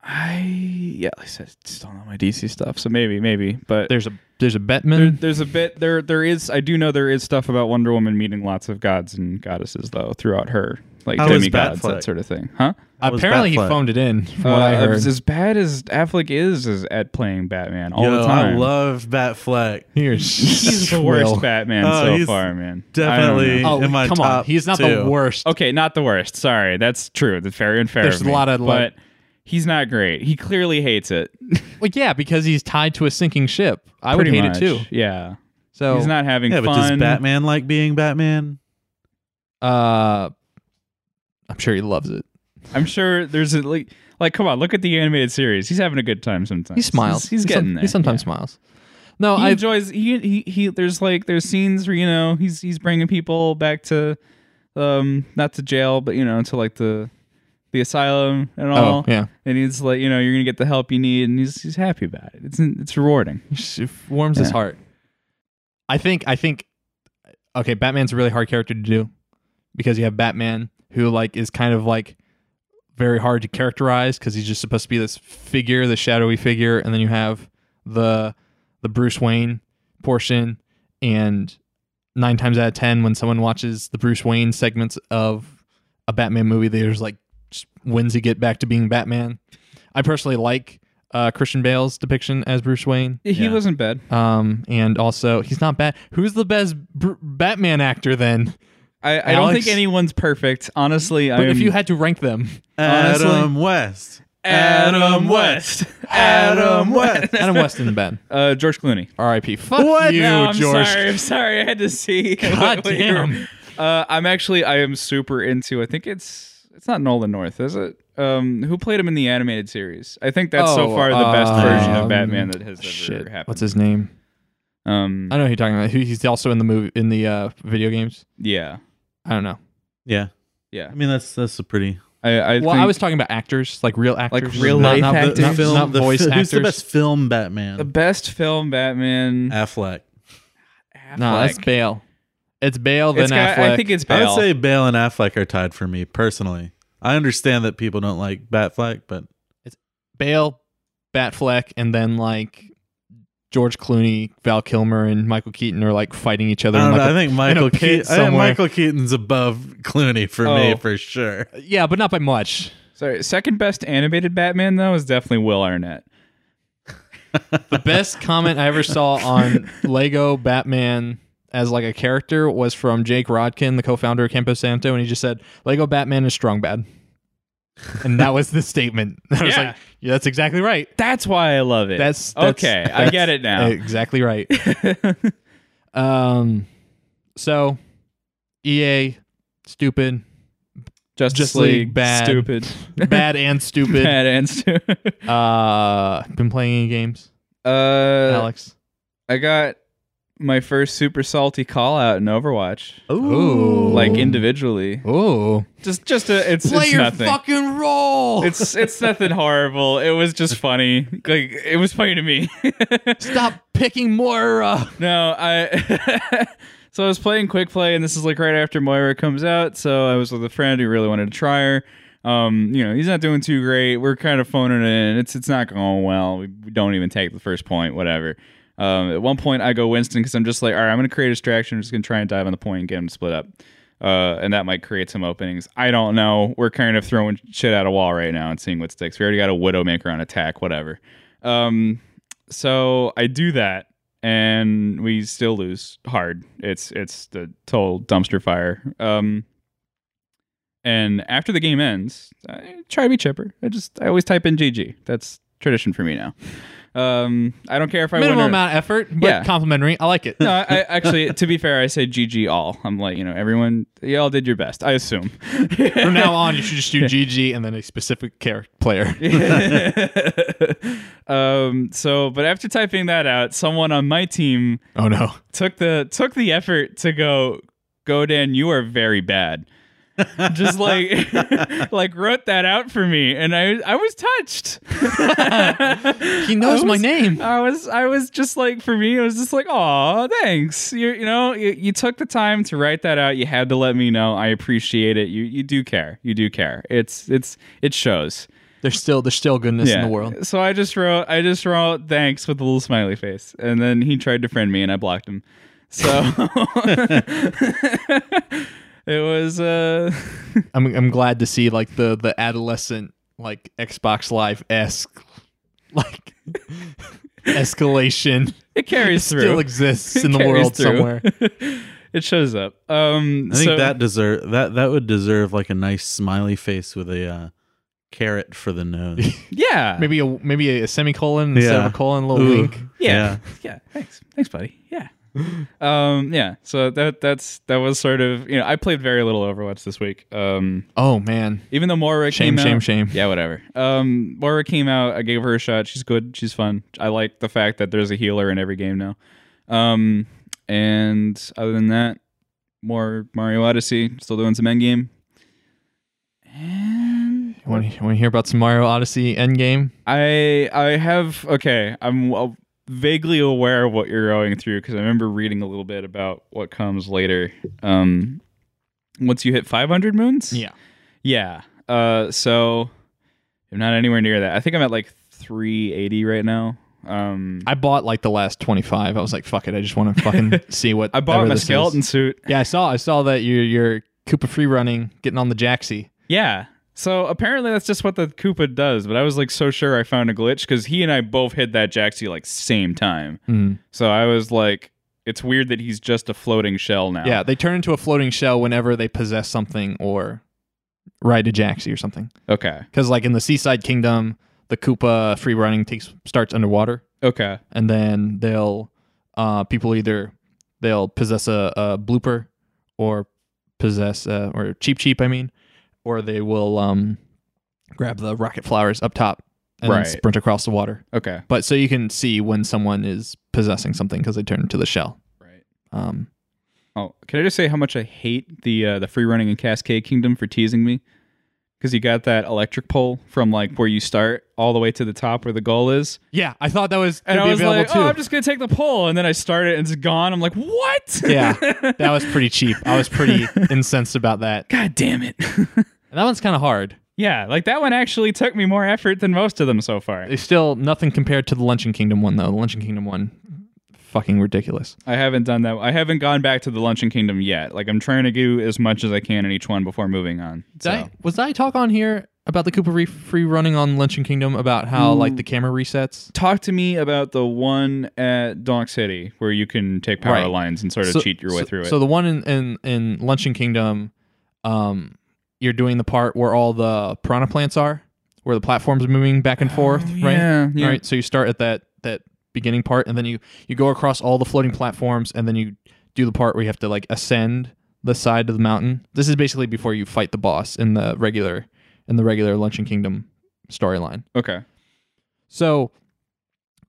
I yeah. At least I still know my DC stuff, so maybe maybe. But There's a there's a there, Batman. there's a bit there there is I do know there is stuff about Wonder Woman meeting lots of gods and goddesses though throughout her like How is demigods Batfleck? that sort of thing, huh? That was Apparently, he Batfleck. phoned it in. From what Uh, I heard. As, as bad as Affleck is, is at playing Batman all Yo, the time. I love Batfleck. Here's he's the worst Batman Oh, so he's far, man. I don't Definitely know. Oh, in my come on. top He's not the two. worst. Okay, not the worst. Sorry, that's true. That's fair and fair. There's of a me. lot of, like- but he's not great. He clearly hates it. Well, yeah, because he's tied to a sinking ship. I would Pretty hate much. it too. Yeah, So he's not having Yeah, fun. but does Batman like being Batman? Uh, I'm sure he loves it. I'm sure there's a, like, like, come on, look at the animated series. He's having a good time sometimes. He smiles. He's, he's some- getting there. He sometimes smiles. No, Yeah. He I enjoys. He, he he. There's like there's scenes where you know he's he's bringing people back to, um, not to jail, but you know to like the, the asylum and all. oh yeah, And he's like, you know, you're gonna get the help you need, and he's he's happy about it. It's it's rewarding. It warms his Yeah. heart. I think I think okay, Batman's a really hard character to do because you have Batman who like is kind of like very hard to characterize cuz he's just supposed to be this figure, the shadowy figure, and then you have the the Bruce Wayne portion and 9 times out of 10 when someone watches the Bruce Wayne segments of a Batman movie there's like just when's he get back to being Batman. I personally like uh, Christian Bale's depiction as Bruce Wayne. He Yeah. wasn't bad. Um, and also he's not bad. Who's the best br- Batman actor then? I, I don't Alex? think anyone's perfect, honestly. But I if am you had to rank them, Honestly? Adam West. Adam West, Adam West. Adam West and Ben. uh, George Clooney. R.I.P. Fuck you, no, I'm George. sorry. I'm sorry. I had to see. God what you were- damn. Uh, I'm actually. I am super into. I think it's it's not Nolan North, is it? Um, who played him in the animated series? I think that's so Oh, far the best version um, of Batman that has ever Shit. happened. What's his name? um, I know who you're talking about. He- He's also in the movie in the uh, video games. yeah, I don't know. Yeah, yeah. I mean that's that's a pretty I, I Well, think I was talking about actors, like real actors, real not, life not, actors? not, film. not the voice fi- actors. Who's the best film Batman? the best film Batman. Affleck. No, that's Affleck. Bale. It's Bale, then It's got- Affleck. I think it's I Bale. would say Bale and Affleck are tied for me personally. I understand that people don't like Batfleck, but Bale, Batfleck, and then like George Clooney, Val Kilmer, and Michael Keaton are like fighting each other. I in, don't know. like, I a- think in Michael a pit Keaton. I think somewhere. Michael Keaton's above Clooney for Oh. me for sure. Yeah, but not by much. Sorry, second best animated Batman though is definitely Will Arnett. The best comment I ever saw on Lego Batman as like a character was from Jake Rodkin, the co-founder of Campo Santo, and he just said, "Lego Batman is strong bad," and that was the statement. I was Yeah. like, "Yeah, that's exactly right. That's why I love it. That's, that's- okay. I that's get it now. Exactly right." um, so EA, stupid, Justice, Just League, League, bad. stupid, bad and stupid. bad and stupid. Uh, been playing any games, Uh, Alex? I got my first super salty call out in Overwatch, Ooh. like individually. Oh, Just, just a, it's, play it's your nothing. fucking role. It's, it's nothing horrible. It was just funny. Like it was funny to me. Stop picking uh, Moira. No, I. so I was playing quick play, and this is like right after Moira comes out. So I was with a friend who really wanted to try her. Um, you know, he's not doing too great. We're kind of phoning it in. It's it's not going well. We we don't even take the first point. Whatever. Um, at one point, I go Winston because I'm just like, all right, I'm going to create a distraction. I'm just going to try and dive on the point and get him to split up. Uh, and that might create some openings. I don't know. We're kind of throwing shit at a wall right now and seeing what sticks. We already got a Widowmaker on attack, whatever. Um, so I do that, and we still lose hard. It's it's the total dumpster fire. Um, and after the game ends, I try to be chipper. I just I always type in GG. That's tradition for me now. Um, I don't care if I Minimal win or, amount of effort, but Yeah. complimentary. I like it. no, I, I actually, to be fair, I say GG all. I'm like, you know, everyone, y'all did your best, I assume. From now on, you should just do GG and then a specific character player. um, so, but after typing that out, someone on my team Oh no. took the took the effort to go, Godan, you are very bad. Just like, like wrote that out for me, and I I was touched. He knows I my was- name. I was I was just like for me, it was just like, oh, thanks. You you know, you, you took the time to write that out. You had to let me know. I appreciate it. You you do care. You do care. It's it's it shows. There's still there's still goodness in the world. So I just wrote I just wrote thanks with a little smiley face, and then he tried to friend me, and I blocked him. So it was uh I'm I'm glad to see like the the adolescent like Xbox Live esque like escalation it carries through. still exists in the Carries world through. somewhere. it shows up. Um, I think so- that deserve that that would deserve like a nice smiley face with a uh, carrot for the nose. yeah Maybe a maybe a semicolon instead Yeah. of a colon, a little Ooh. wink. Yeah. Yeah. Thanks. Thanks, buddy. Yeah. um. Yeah. So that that's that was sort of you know I played very little Overwatch this week. Um. Oh man. Even though Moira Shame, came shame, out, shame. Yeah. Whatever. Um. Moira came out. I gave her a shot. She's good. She's fun. I like the fact that there's a healer in every game now. Um. And other than that, more Mario Odyssey. Still doing some endgame. And Want to hear about some Mario Odyssey Endgame? I I have okay. I'm uh, vaguely aware of what you're going through because I remember reading a little bit about what comes later. Um, once you hit 500 moons, yeah. Uh, so I'm not anywhere near that. I think I'm at like 380 right now. Um, I, I bought like the last 25. I was like, fuck it. I just want to fucking see what. bought ever my this is. skeleton suit. Yeah, I saw. I saw that you're you're Koopa free running, getting on the Jaxie. Yeah. So apparently that's just what the Koopa does, but I was like so sure I found a glitch because he and I both hit that Jaxie like same time. So I was like, it's weird that he's just a floating shell now. Yeah, they turn into a floating shell whenever they possess something or ride a Jaxie or something. Okay. Because like in the Seaside Kingdom, the Koopa free running takes starts underwater, Okay. and then they'll uh, people either they'll possess a, a blooper or possess uh or cheap cheap I mean, or they will um, grab the rocket flowers up top and then Right. sprint across the water. Okay. but so you can see when someone is possessing something because they turn into the shell. Right. Um, Oh, can I just say how much I hate the uh, the free running in Cascade Kingdom for teasing me? Because you got that electric pole from like where you start all the way to the top where the goal is, yeah, I thought that was and could I be was available like, too. "Oh, I'm just gonna take the pole," and then I start it and it's gone. I'm like, "What?" yeah, that was pretty cheap. I was pretty incensed about that. God damn it. And that one's kind of hard. Yeah, like that one actually took me more effort than most of them so far. It's still nothing compared to the Luncheon Kingdom one though. The Luncheon Kingdom one, fucking ridiculous. I haven't done that. I haven't gone back to the Luncheon Kingdom yet. Like I'm trying to do as much as I can in each one before moving on. Did So I, was I talk on here about the Cooper Reef free running on Luncheon Kingdom about Mm. how like the camera resets? talk to me about the one at Donk City where you can take power Right. lines and sort of cheat your way so- through it. So the one in in, in Luncheon Kingdom, um, you're doing the part where all the piranha plants are, where the platforms are moving back and forth, right? Oh, yeah, yeah. Right. So you start at that that beginning part, and then you you go across all the floating platforms, and then you do the part where you have to like ascend the side of the mountain. This is basically before you fight the boss in the regular in the regular Luncheon Kingdom storyline. okay. So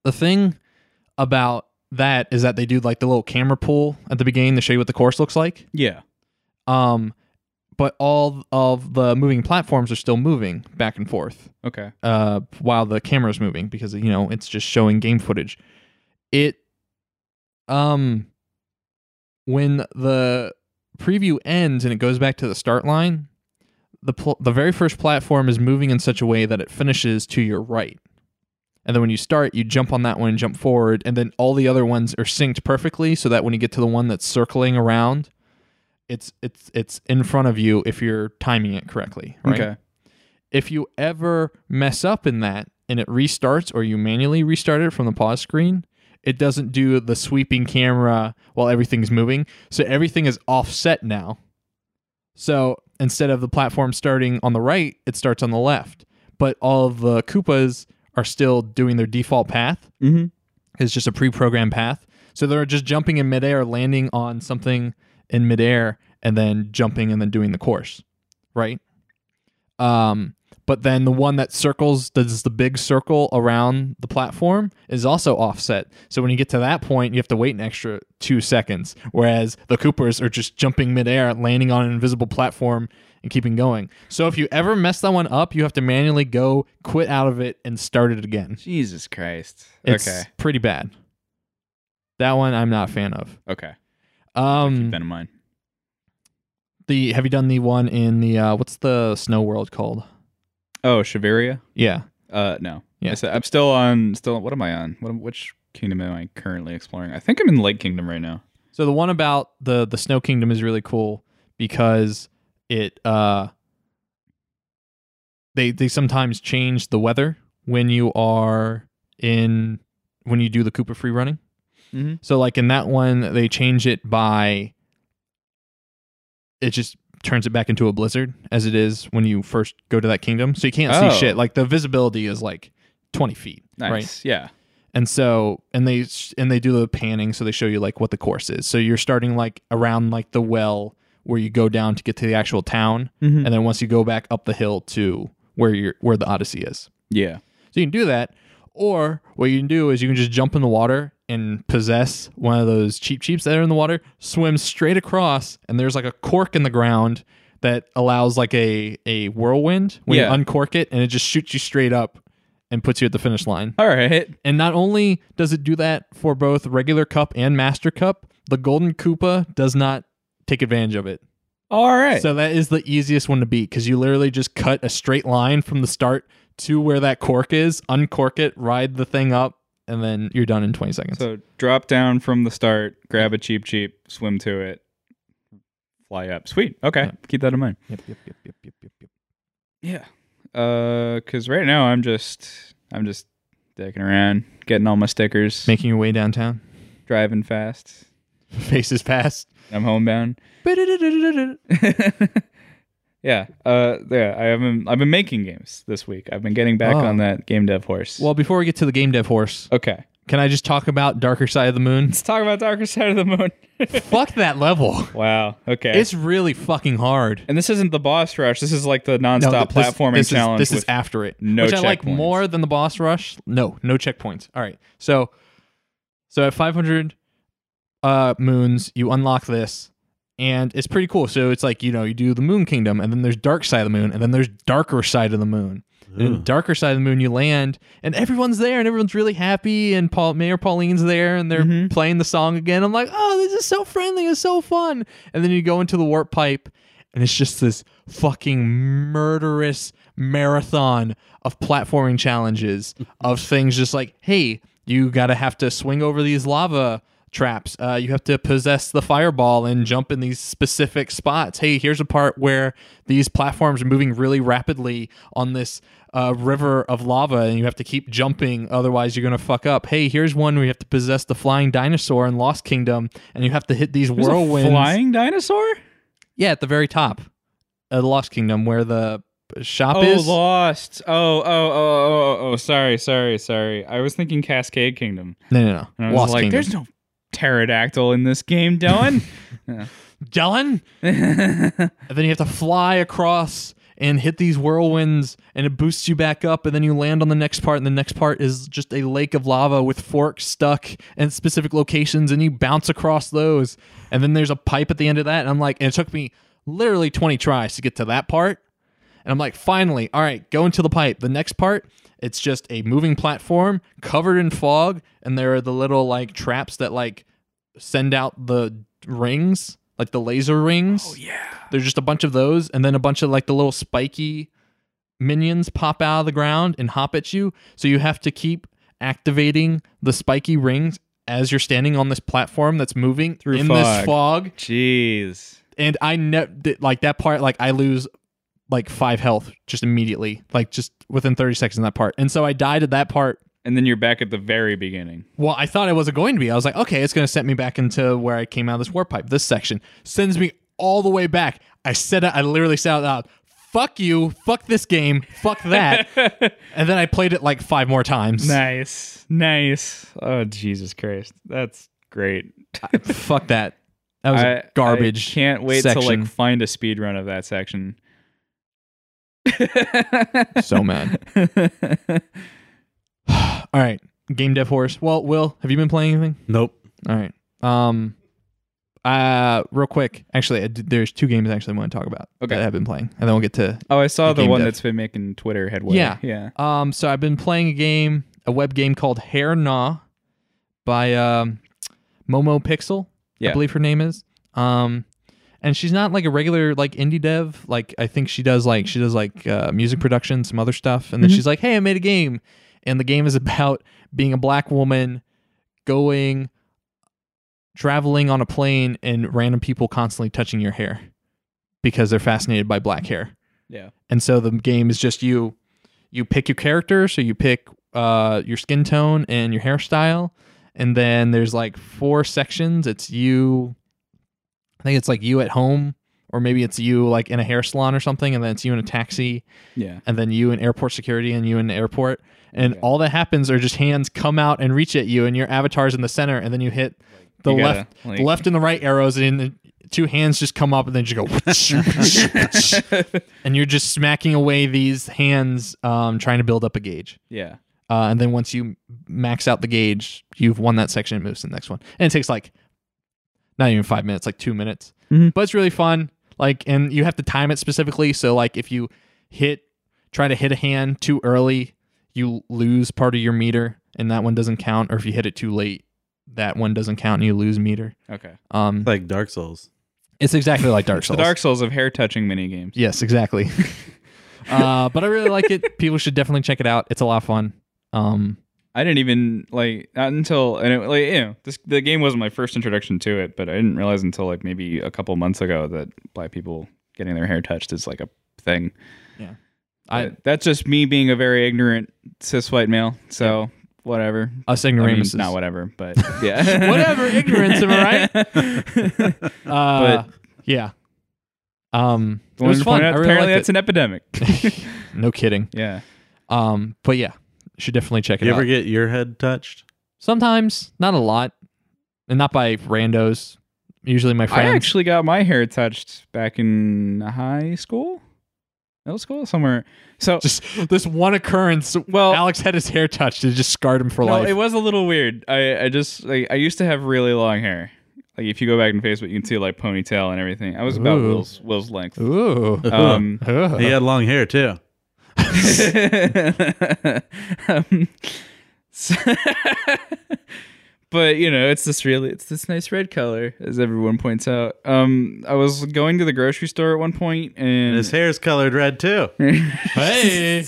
the thing about that is that they do like the little camera pull at the beginning to show you what the course looks like. Yeah. Um, but all of the moving platforms are still moving back and forth Okay. uh, while the camera's moving because you know it's just showing game footage. It, um, when the preview ends and it goes back to the start line, the pl- the very first platform is moving in such a way that it finishes to your right, and then when you start, you jump on that one and jump forward, and then all the other ones are synced perfectly so that when you get to the one that's circling around. It's it's it's in front of you if you're timing it correctly, right? Okay. if you ever mess up in that and it restarts or you manually restart it from the pause screen, it doesn't do the sweeping camera while everything's moving. So everything is offset now. So instead of the platform starting on the right, it starts on the left. But all of the Koopas are still doing their default path. Mm-hmm. It's just a pre programmed path. So they're just jumping in midair, landing on something in midair, and then jumping and then doing the course, right? Um, but then the one that circles, does the big circle around the platform, is also offset. So when you get to that point, you have to wait an extra two seconds. Whereas the Coopers are just jumping midair, landing on an invisible platform, and keeping going. So if you ever mess that one up, you have to manually go, quit out of it, and start it again. Jesus Christ. It's okay. pretty bad. That one I'm not a fan of. Okay. Keep Um, that in mind. the have you done the one in the uh, what's the snow world called? Oh, Shaveria? Yeah, Uh, no. Yeah. I said- I'm still on. Still, what am I on? What? am- Which kingdom am I currently exploring? I think I'm in Lake Kingdom right now. So the one about the the Snow Kingdom is really cool because it uh they they sometimes change the weather when you are in when you do the Koopa free running. Mhm. So like in that one they change it by it just turns it back into a blizzard as it is when you first go to that kingdom. So you can't Oh. see shit. Like the visibility is like 20 feet, Nice. right? Yeah. and so and they and they do the panning so they show you like what the course is so you're starting like around like the well where you go down to get to the actual town Mhm. and then once you go back up the hill to where you're where the odyssey is Yeah. so you can do that or what you can do is you can just jump in the water and possess one of those cheap cheaps that are in the water swim straight across and there's like a cork in the ground that allows like a a whirlwind when you Yeah. uncork it and it just shoots you straight up and puts you at the finish line All right. and not only does it do that for both regular cup and master cup, the golden Koopa does not take advantage of it. All right. So that is the easiest one to beat because you literally just cut a straight line from the start to where that cork is, uncork it, ride the thing up, and then you're done in 20 seconds. So drop down from the start, grab a cheap cheap, swim to it, fly up. Sweet. Okay. Yeah. Keep that in mind. yep, yep, yep, yep, yep, yep, yep. Yeah. Uh, cause right now I'm just I'm just dicking around, getting all my stickers, Making your way downtown, driving fast. faces past. I'm homebound. yeah. Uh, yeah. I haven't. I've been making games this week. I've been getting back Oh. on that game dev horse. Well, before we get to the game dev horse, okay. can I just talk about Darker Side of the Moon? Let's talk about Darker Side of the Moon. Fuck that level. wow. Okay. It's really fucking hard. and this isn't the boss rush. This is like the th- nonstop this- platforming this challenge. Is, this is with- after it. no which I like checkpoints. more than the boss rush. No, no checkpoints. All right. So, so at 500 uh, moons, you unlock this, and it's pretty cool. So it's like you know you do the Moon Kingdom, and then there's Dark Side of the Moon, and then there's Darker Side of the Moon. And in Ugh. darker side of the moon, you land, and everyone's there, and everyone's really happy, and Paul, Mayor Pauline's there, and they're Mhm. playing the song again. I'm like, oh, this is so friendly, it's so fun. And then you go into the warp pipe, and it's just this fucking murderous marathon of platforming challenges of things just like hey you gotta have to swing over these lava traps uh, you have to possess the fireball and jump in these specific spots hey here's a part where these platforms are moving really rapidly on this uh, river of lava and you have to keep jumping otherwise you're gonna fuck up hey here's one where you have to possess the flying dinosaur in lost kingdom and you have to hit these There's a whirlwinds flying dinosaur? yeah, at the very top of the Lost Kingdom where the shop Oh, is. lost. Oh, oh, oh, oh, oh, sorry, sorry, sorry. I was thinking Cascade Kingdom. no, no, And no. I was Lost like, Kingdom. there's no pterodactyl in this game, Dylan. Dylan? And then you have to fly across and hit these whirlwinds and it boosts you back up and then you land on the next part and the next part is just a lake of lava with forks stuck in specific locations and you bounce across those and then there's a pipe at the end of that and i'm like and it took me literally 20 tries to get to that part and i'm like finally all right go into the pipe the next part it's just a moving platform covered in fog and there are the little like traps that like send out the rings like the laser rings oh yeah. there's just a bunch of those, and then a bunch of like the little spiky minions pop out of the ground and hop at you. So you have to keep activating the spiky rings as you're standing on this platform that's moving Through in fog. this fog. Jeez. And I ne- did- like that part, like I lose like five health just immediately, like just within 30 seconds in that part. And so I died at that part. And then you're back at the very beginning. Well, I thought I wasn't going to be. I was like, okay, it's going to set me back into where I came out of this warp pipe. This section sends me all the way back. I said, it- I literally said out loud, "Fuck you, fuck this game, fuck that." and then I played it like five more times. Nice. Nice. Oh, Jesus Christ. That's great. fuck that. That was a garbage. I can't wait to section. like find a speed run of that section. so mad. Oh, All right, game dev horse. Well, Will, have you been playing anything? Nope. All right. Um. Uh, real quick. Actually, I did- there's two games I actually want to talk about Okay. that I've been playing, and then we'll get to oh, I saw The the game one dev. that's been making Twitter headway. Yeah. Yeah. Um, so I've been playing a game, a web game called Hair Gnaw by um, Momo Pixel, Yeah. I believe her name is. Um, and she's not like a regular like indie dev. Like I think she does like she does like uh, music production, some other stuff, and then Mm-hmm. she's like, "Hey, I made a game," and the game is about being a black woman going traveling on a plane and random people constantly touching your hair because they're fascinated by black hair Yeah. and so the game is just you you pick your character so you pick uh, your skin tone and your hairstyle and then there's like four sections it's you i think it's like you at home or maybe it's you like in a hair salon or something and then it's you in a taxi Yeah. and then you in airport security and you in the airport and Yeah. all that happens are just hands come out and reach at you and your avatar's in the center and then you hit the You gotta, left like- the left and the right arrows and the two hands just come up and then you go and you're just smacking away these hands um, trying to build up a gauge Yeah. uh, and then once you max out the gauge you've won that section and moves to the next one and it takes like not even five minutes like two minutes Mhm. but it's really fun like and you have to time it specifically so like if you hit try to hit a hand too early you lose part of your meter and that one doesn't count or if you hit it too late that one doesn't count and you lose meter Okay. um, Like Dark Souls. it's exactly like Dark The Souls. Dark Souls of hair touching mini games. Yes, exactly. uh, but I really like it. People should definitely check it out. It's a lot of fun. Um, I didn't even like not until and it, like you know this the game wasn't my first introduction to it, but I didn't realize until like maybe a couple months ago that black people getting their hair touched is like a thing. I But that's just me being a very ignorant cis white male. So whatever. us I mean, ignoramuses. not whatever, but yeah, Whatever, ignorance, am I right? right? Uh, yeah. Um, it was fun. I really apparently, liked that's it. an epidemic. no kidding. yeah, Um, but yeah, should definitely check it You out. ever get your head touched? Sometimes, not a lot, and not by randos. Usually my friends. I actually got my hair touched back in high school, middle school, somewhere. So just this one occurrence. Well- Alex had his hair touched. It just scarred him for no, life. it was a little weird. I, I just like, I used to have really long hair. Like if you go back in Facebook, you can see like ponytail and everything. I was about Ooh. Will's Will's length. Ooh. Um, Ugh. He had long hair too. um, so- but you know, it's this really it's this nice red color, as everyone points out. Um, I was going to the grocery store at one point, and His hair's colored red too. hey.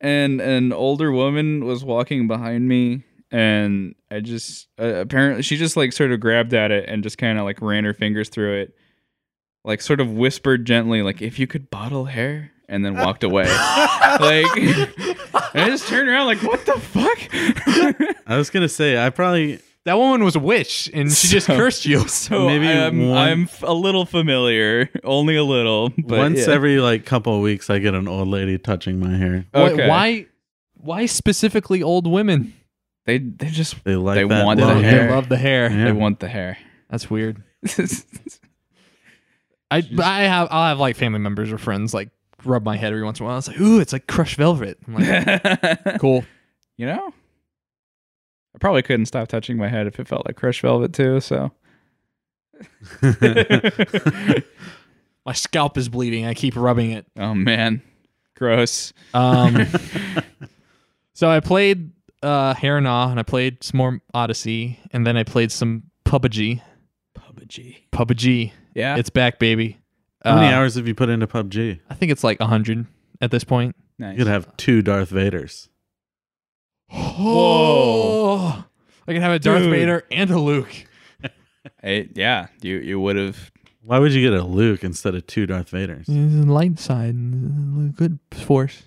and an older woman was walking behind me and i just uh, apparently she just like sort of grabbed at it and just kind of like ran her fingers through it like sort of whispered gently like if you could bottle hair and then walked away like i just turned around like what the fuck I was gonna say I probably That woman was a witch, and she just So- cursed you. so Maybe maybe i'm, one- I'm f- a little familiar only a little but once yeah. every like couple of weeks I get an old lady touching my hair. Why- Okay. Why? Why specifically old women? they they just They like They that want long the They hair. love the hair. Yeah. they want the hair That's weird. I but I have I'll have like family members or friends like rub my head every once in a while. It's like ooh, it's like crushed velvet. I'm like cool. you know i probably couldn't stop touching my head if it felt like crushed velvet too so My scalp is bleeding. I keep rubbing it. oh man gross Um, so I played uh, Hair and Awe, and I played some more Odyssey, and then I played some PUBG. pubg PUBG, yeah it's back, baby. How many Uh, hours have you put into PUBG? I think it's like hundred at this point. nice You could have two Darth Vaders. Whoa! I can have a Darth Dude. Vader and a Luke. I- yeah you you would have Why would you get a Luke instead of two Darth Vaders? Mm. Light side, good force.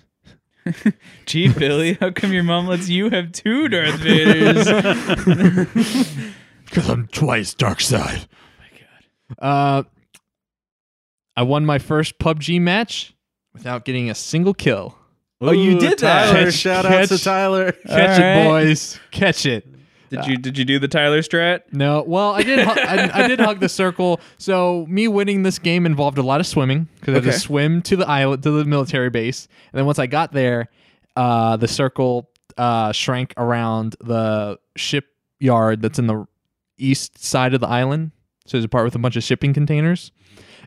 gee billy how come your mom lets you have two darth vaders Because I'm twice dark side. Oh my god. Uh, I won my first PUBG match without getting a single kill. Oh, you did that. Tyler, Catch- shout out to catch- Tyler. Catch it, All right. boys. Catch it. did you did you do the tyler strat No, well, I did. Hu- I, I did hug the circle. So me winning this game involved a lot of swimming because I had Okay. to swim to the island to the military base, and then once I got there, uh, the circle uh, shrank around the shipyard that's in the east side of the island. So there's a part with a bunch of shipping containers,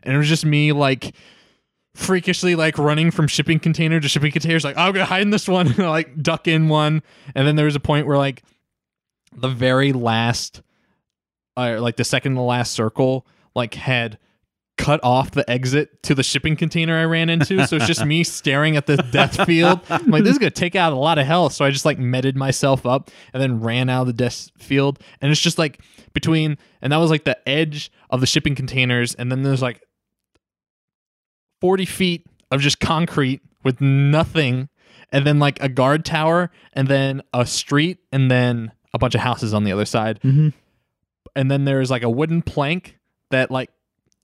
and it was just me like freakishly like running from shipping container to shipping containers like i'm gonna hide in this one and I, like duck in one and then there was a point where like the very last or uh, like the second to last circle like had cut off the exit to the shipping container i ran into so it's just me staring at the death field i'm like this is gonna take out a lot of health so i just like meted myself up and then ran out of the death field and it's just like between and that was like the edge of the shipping containers and then there's like 40 feet of just concrete with nothing and then like a guard tower and then a street and then a bunch of houses on the other side Mhm. and then there's like a wooden plank that like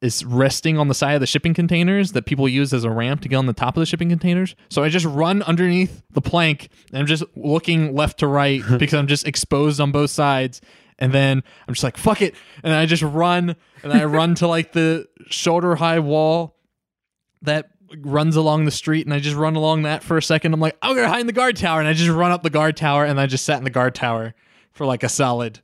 is resting on the side of the shipping containers that people use as a ramp to get on the top of the shipping containers so i just run underneath the plank and i'm just looking left to right because i'm just exposed on both sides and then i'm just like fuck it and i just run and i run to like the shoulder high wall that runs along the street and I just run along that for a second. I'm like, I'm gonna hide in the guard tower and I just run up the guard tower and I just sat in the guard tower for like a solid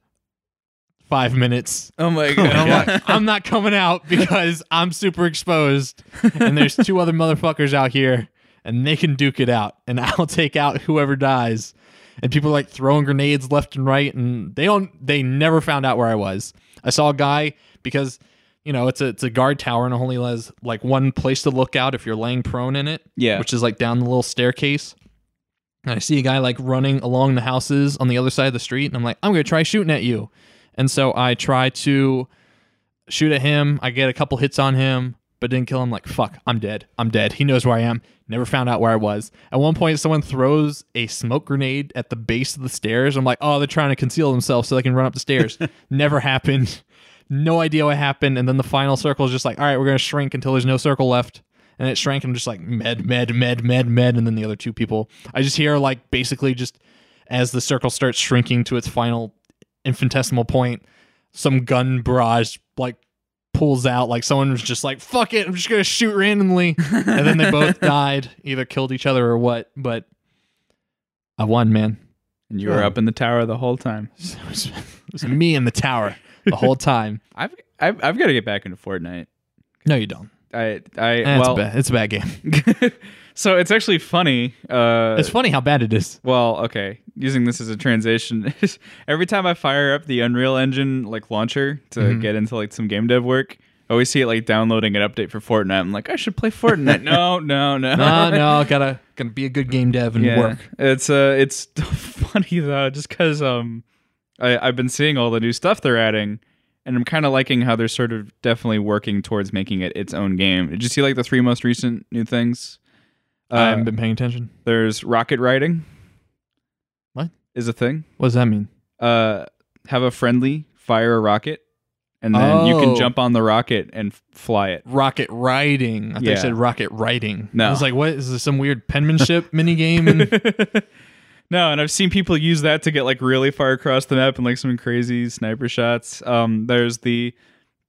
five minutes. oh my And I'm god like, I'm not coming out because I'm super exposed and there's two other motherfuckers out here and they can duke it out and I'll take out whoever dies. And people are like throwing grenades left and right and they don't they never found out where I was. I saw a guy because you know, it's a it's a guard tower and it only has like one place to look out if you're laying prone in it. Yeah. Which is like down the little staircase. And I see a guy like running along the houses on the other side of the street, and I'm like, I'm gonna try shooting at you. And so I try to shoot at him. I get a couple hits on him, but didn't kill him. Like, fuck, I'm dead. I'm dead. He knows where I am. Never found out where I was. At one point, someone throws a smoke grenade at the base of the stairs. I'm like, oh, they're trying to conceal themselves so they can run up the stairs. Never happened. No idea what happened. And then the final circle is just like, all right, we're going to shrink until there's no circle left. And it shrank. I'm just like, med, med, med, med, med. And then the other two people, I just hear like basically just as the circle starts shrinking to its final infinitesimal point, some gun barrage like pulls out like someone was just like fuck it i'm just gonna shoot randomly and then they both died either killed each other or what but i won man and you were up in the tower the whole time it was, it was me in the tower the whole time i've i've, I've got to get back into fortnite no you don't I I Eh, it's, well. uh, bad. it's a bad game. so it's actually funny. Uh, It's funny how bad it is. well, okay. Using this as a transition, every time I fire up the Unreal Engine like launcher to Mm-hmm. get into like some game dev work, I always see it like downloading an update for Fortnite. I'm like, I should play Fortnite. no, no, no, No, no, gotta gotta be a good game dev and yeah. work. It's uh, it's funny though, just because um, I I've been seeing all the new stuff they're adding, and I'm kind of liking how they're sort of definitely working towards making it its own game. Did you see like the three most recent new things? uh, Um, I haven't been paying attention. There's rocket riding. What? is a thing? What does that mean? Uh, have a friendly fire a rocket, and then you Oh. can jump on the rocket and f- fly it. Rocket riding. I thought you Yeah. said rocket writing. No. I was like, what is this? Some weird penmanship mini game? And No, and I've seen people use that to get like really far across the map and like some crazy sniper shots. Um, there's the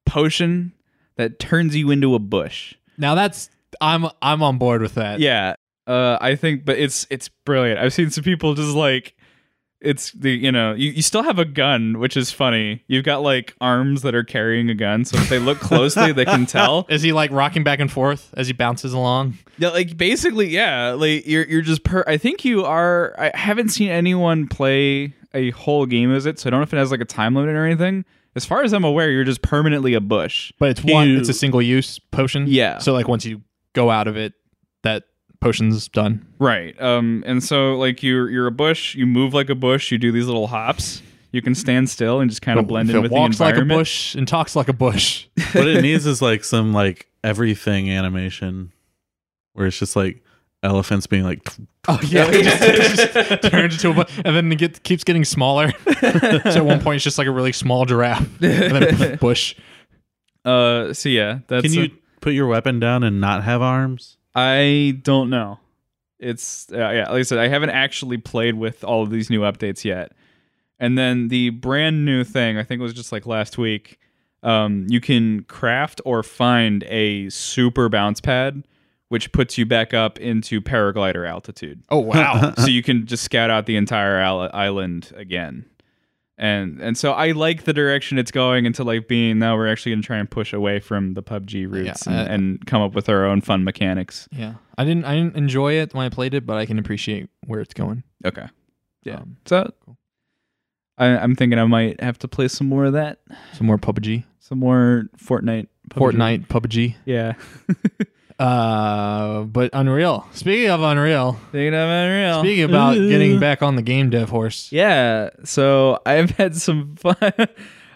potion that turns you into a bush. now that's I'm I'm on board with that. Yeah, uh, I think, but it's it's brilliant. I've seen some people just like it's the you know you, you still have a gun, which is funny. You've got like arms that are carrying a gun, so if they look closely, they can tell. Is he like rocking back and forth as he bounces along? Yeah, like basically, yeah. Like you're you're just per. I think you are. I haven't seen anyone play a whole game as it, so I don't know if it has like a time limit or anything. As far as I'm aware, you're just permanently a bush. But it's one. You- It's a single use potion. Yeah. So like once you go out of it, that potion's done. Right. Um. And so like you're you're a bush. You move like a bush. You do these little hops. You can stand still and just kind of blend if in it with walks the like a environment. bush and talks like a bush. what it needs is like some like everything animation where it's just like elephants being like Oh yeah, it just, it just turns into a bu- and then it get, keeps getting smaller. so at one point, it's just like a really small giraffe, and then bush. Uh. So yeah, that's. can you a- put your weapon down and not have arms I don't know. It's uh, yeah, like I said, I haven't actually played with all of these new updates yet. And then the brand new thing, I think it was just like last week. Um, you can craft or find a super bounce pad, which puts you back up into paraglider altitude. Oh wow, so you can just scout out the entire isle- island again. And and so I like the direction it's going into like being now we're actually going to try and push away from the PUBG roots Yeah, and, I- and come up with our own fun mechanics. yeah. I didn't I didn't enjoy it when I played it, but I can appreciate where it's going. Okay. Yeah. Um, So cool. I, I'm thinking I might have to play some more of that, Some more PUBG, some more Fortnite. PUBG. Fortnite, PUBG. Yeah. Uh, but Unreal. Speaking of Unreal, Thinking of Unreal. speaking about getting back on the game dev horse. Yeah. So I've had some fun.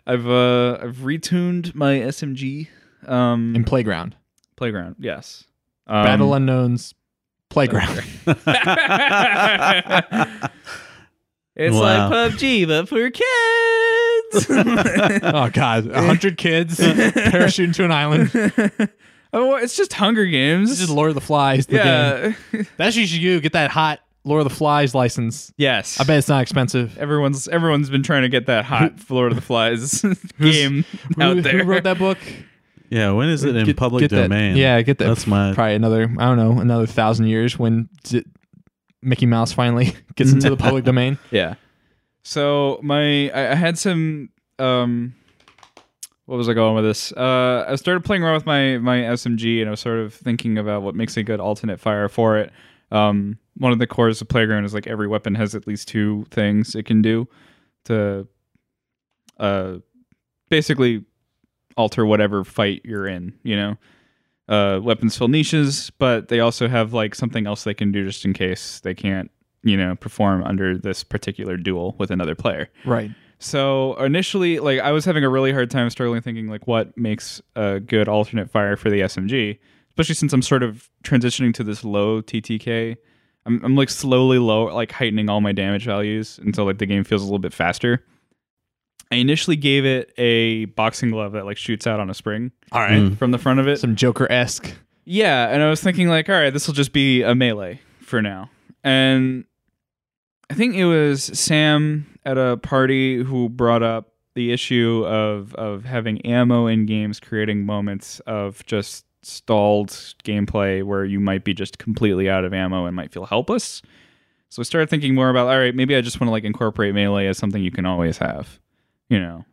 I've uh I've retuned my SMG um In Playground, playground. Yes. Um, Battle Unknown's Playground. It's Wow. like PUBG but for kids. oh God, a hundred kids parachute into an island. oh, it's just Hunger Games. This is Lord of the Flies. The game. yeah. That's usually you get that hot Lord of the Flies license. yes. I bet it's not expensive. everyone's everyone's been trying to get that hot Lord of the Flies game out who, there. who wrote that book? yeah when is it in Get- public get that- domain yeah, get that. that's my Probably another, I don't know, another thousand years when d- Mickey Mouse finally gets into the public domain. Yeah. So my I, I had some um what was I going with this? Uh I started playing around with my my SMG and I was sort of thinking about what makes a good alternate fire for it. Um one of the cores of playground is like every weapon has at least two things it can do to uh basically alter whatever fight you're in, you know. Uh, weapons fill niches, but they also have like something else they can do just in case they can't you know perform under this particular duel with another player Right. so initially like i was having a really hard time struggling thinking like what makes a good alternate fire for the smg especially since i'm sort of transitioning to this low ttk i'm, I'm like slowly low like heightening all my damage values until like the game feels a little bit faster i initially gave it a boxing glove that like shoots out on a spring All right. Mm. from the front of it Some Joker esque. yeah, and I was thinking like, all right, this will just be a melee for now. And I think it was Sam at a party who brought up the issue of of having ammo in games creating moments of just stalled gameplay where you might be just completely out of ammo and might feel helpless. So I started thinking more about all right, maybe I just want to like incorporate melee as something you can always have, you know.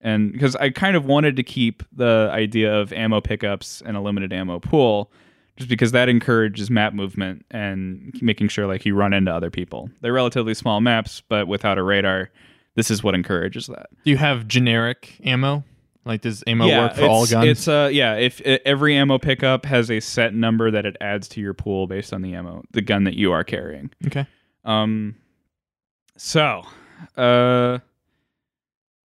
and because I kind of wanted to keep the idea of ammo pickups and a limited ammo pool, just because that encourages map movement and making sure like you run into other people. They're relatively small maps, but without a radar, this is what encourages that. Do you have generic ammo? Like does ammo work for all it's- guns? It's uh yeah, if uh, every ammo pickup has a set number that it adds to your pool based on the ammo, the gun that you are carrying. okay. Um so, uh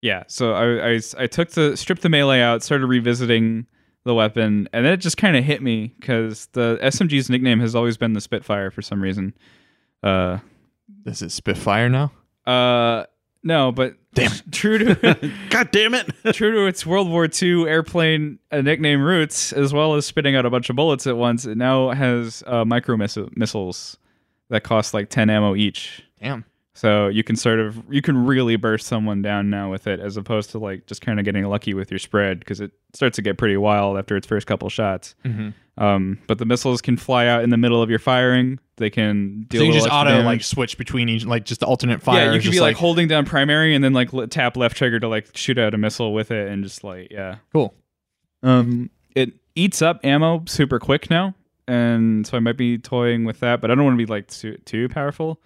yeah, so I I, I took the stripped the melee out, started revisiting the weapon, and then it just kind of hit me cuz the SMG's nickname has always been the Spitfire for some reason. Uh This is Spitfire now. uh no, but Damn true to God damn it! True to its World War II airplane uh, nickname roots, as well as spitting out a bunch of bullets at once, it now has uh, micro missi- missiles that cost like 10 ammo each. Damn. So you can sort of, you can really burst someone down now with it, as opposed to like just kind of getting lucky with your spread because it starts to get pretty wild after its first couple shots. Mhm. Um, but the missiles can fly out in the middle of your firing. They can deal. so you a just little extra auto damage. like switch between each, like just the alternate fire. Yeah, you is could just be like, holding down primary and then like l- tap left trigger to like shoot out a missile with it and just like yeah. cool. Um, it eats up ammo super quick now, and so I might be toying with that, but I don't want to be like too, too powerful.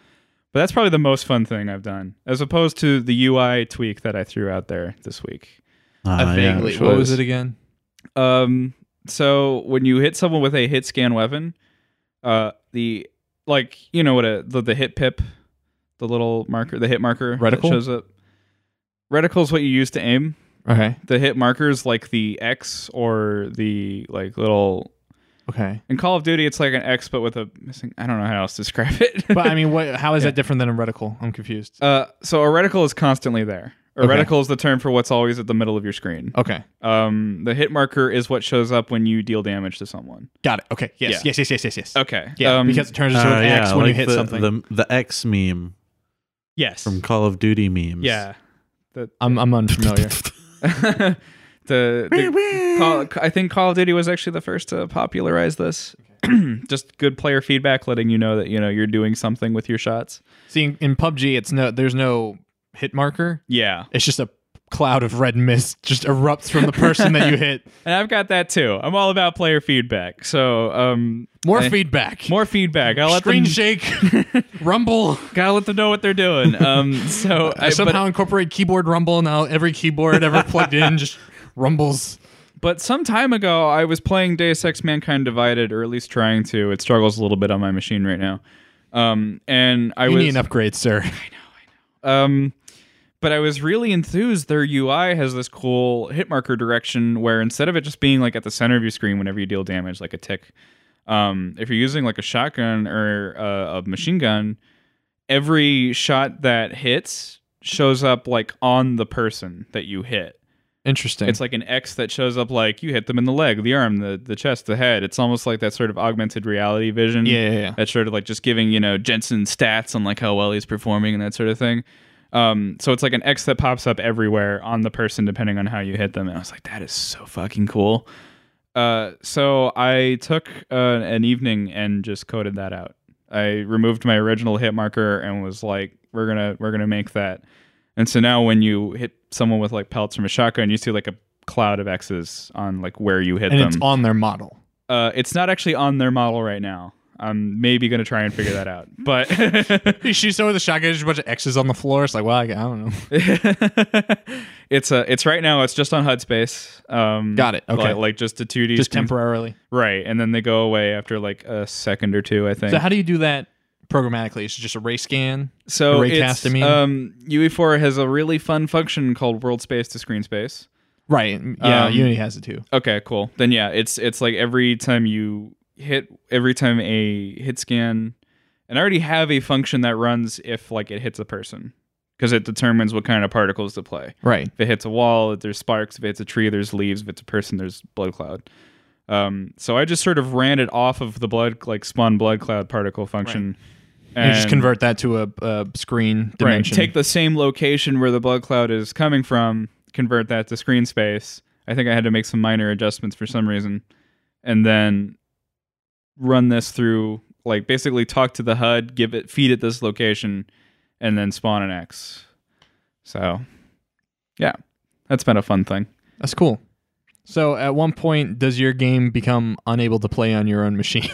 But that's probably the most fun thing I've done, as opposed to the UI tweak that I threw out there this week. Ah, I yeah, vaguely. sure. what was was- it again? Um, so when you hit someone with a hit scan weapon, uh, the like you know what a the, the hit pip, the little marker, the hit marker that Reticle? shows up. Reticle is what you use to aim. Okay. The hit markers like the X or the like little Okay. In Call of Duty, it's like an X, but with a missing. I don't know how else to describe it. But I mean, what? How is that different than a reticle? I'm confused. uh, so a reticle is constantly there. A Okay. Oh. reticle is the term for what's always at the middle of your screen. Okay. Um, the hit marker is what shows up when you deal damage to someone. Got it. Okay. Yes. Yeah. Yes. Yes. Yes. Yes. Yes. Okay. Yeah. Um, because it turns into Ah, an yeah, X when like you hit the, something. The, the X meme yes. from Call of Duty memes. yeah. I'm I'm unfamiliar. the, the Call, I think Call of Duty was actually the first to popularize this. Just good player feedback, letting you know that you know you're doing something with your shots. See, in, in PUBG, it's no. There's no hit marker. Yeah. It's just a cloud of red mist just erupts from the person that you hit. And I've got that too. I'm all about player feedback. So, um, More Eh. feedback. More feedback. I'll let screen them, shake. rumble. gotta let them know what they're doing. Um, so I I, somehow but, incorporate keyboard rumble. Now every keyboard ever plugged in just rumbles. but some time ago, I was playing Deus Ex: Mankind Divided, or at least trying to. It struggles a little bit on my machine right now. Um, and I You was need an upgrade, sir. Um, but I was really enthused. Their UI has this cool hit marker direction where instead of it just being like at the center of your screen whenever you deal damage, like a tick, um, if you're using like a shotgun or uh, a, a machine gun, every shot that hits shows up like on the person that you hit. Interesting. It's like an X that shows up like you hit them in the leg, the arm, the, the chest, the head. It's almost like that sort of augmented reality vision yeah, yeah, yeah. that's sort of like just giving you know Jensen stats on like how well he's performing and that sort of thing. Um, so it's like an X that pops up everywhere on the person depending on how you hit them. And I was like, that is so fucking cool. Uh, so I took uh, an evening and just coded that out. I removed my original hit marker and was like, we're gonna we're gonna make that. And so now when you hit someone with like pellets from a shotgun, you see like a cloud of X's on like where you hit and them. it's on their model. Uh, it's not actually on their model right now. I'm maybe gonna try and figure that out, but He shoots over the shotgun. There's a bunch of X's on the floor. It's like, well, I, I don't know. it's uh, it's right now. It's just on HUD space. Um, Got it. Okay. like, like just a 2D, Just screen- temporarily. right? And then they go away after like a second or two, I think. So how do you do that programmatically? It's just a ray scan. So Array it's, cast, I mean? um, UE4 has a really fun function called World Space to Screen Space. Right. Yeah. Um, Unity has it too. Okay, cool. Then yeah, it's it's like every time you hit every time a hit scan and I already have a function that runs if like it hits a person because it determines what kind of particles to play. Right. If it hits a wall, if there's sparks, if it's a tree, there's leaves, if it's a person, there's blood cloud. Um, so I just sort of ran it off of the blood like spawn blood cloud particle function. you just and- convert that to a, a screen dimension. Right. Take the same location where the blood cloud is coming from, convert that to screen space. I think I had to make some minor adjustments for some reason, and then run this through like basically talk to the HUD, give it feed it this location, and then spawn an X. So, yeah, That's been a fun thing. That's cool. So at one point, does your game become unable to play on your own machine?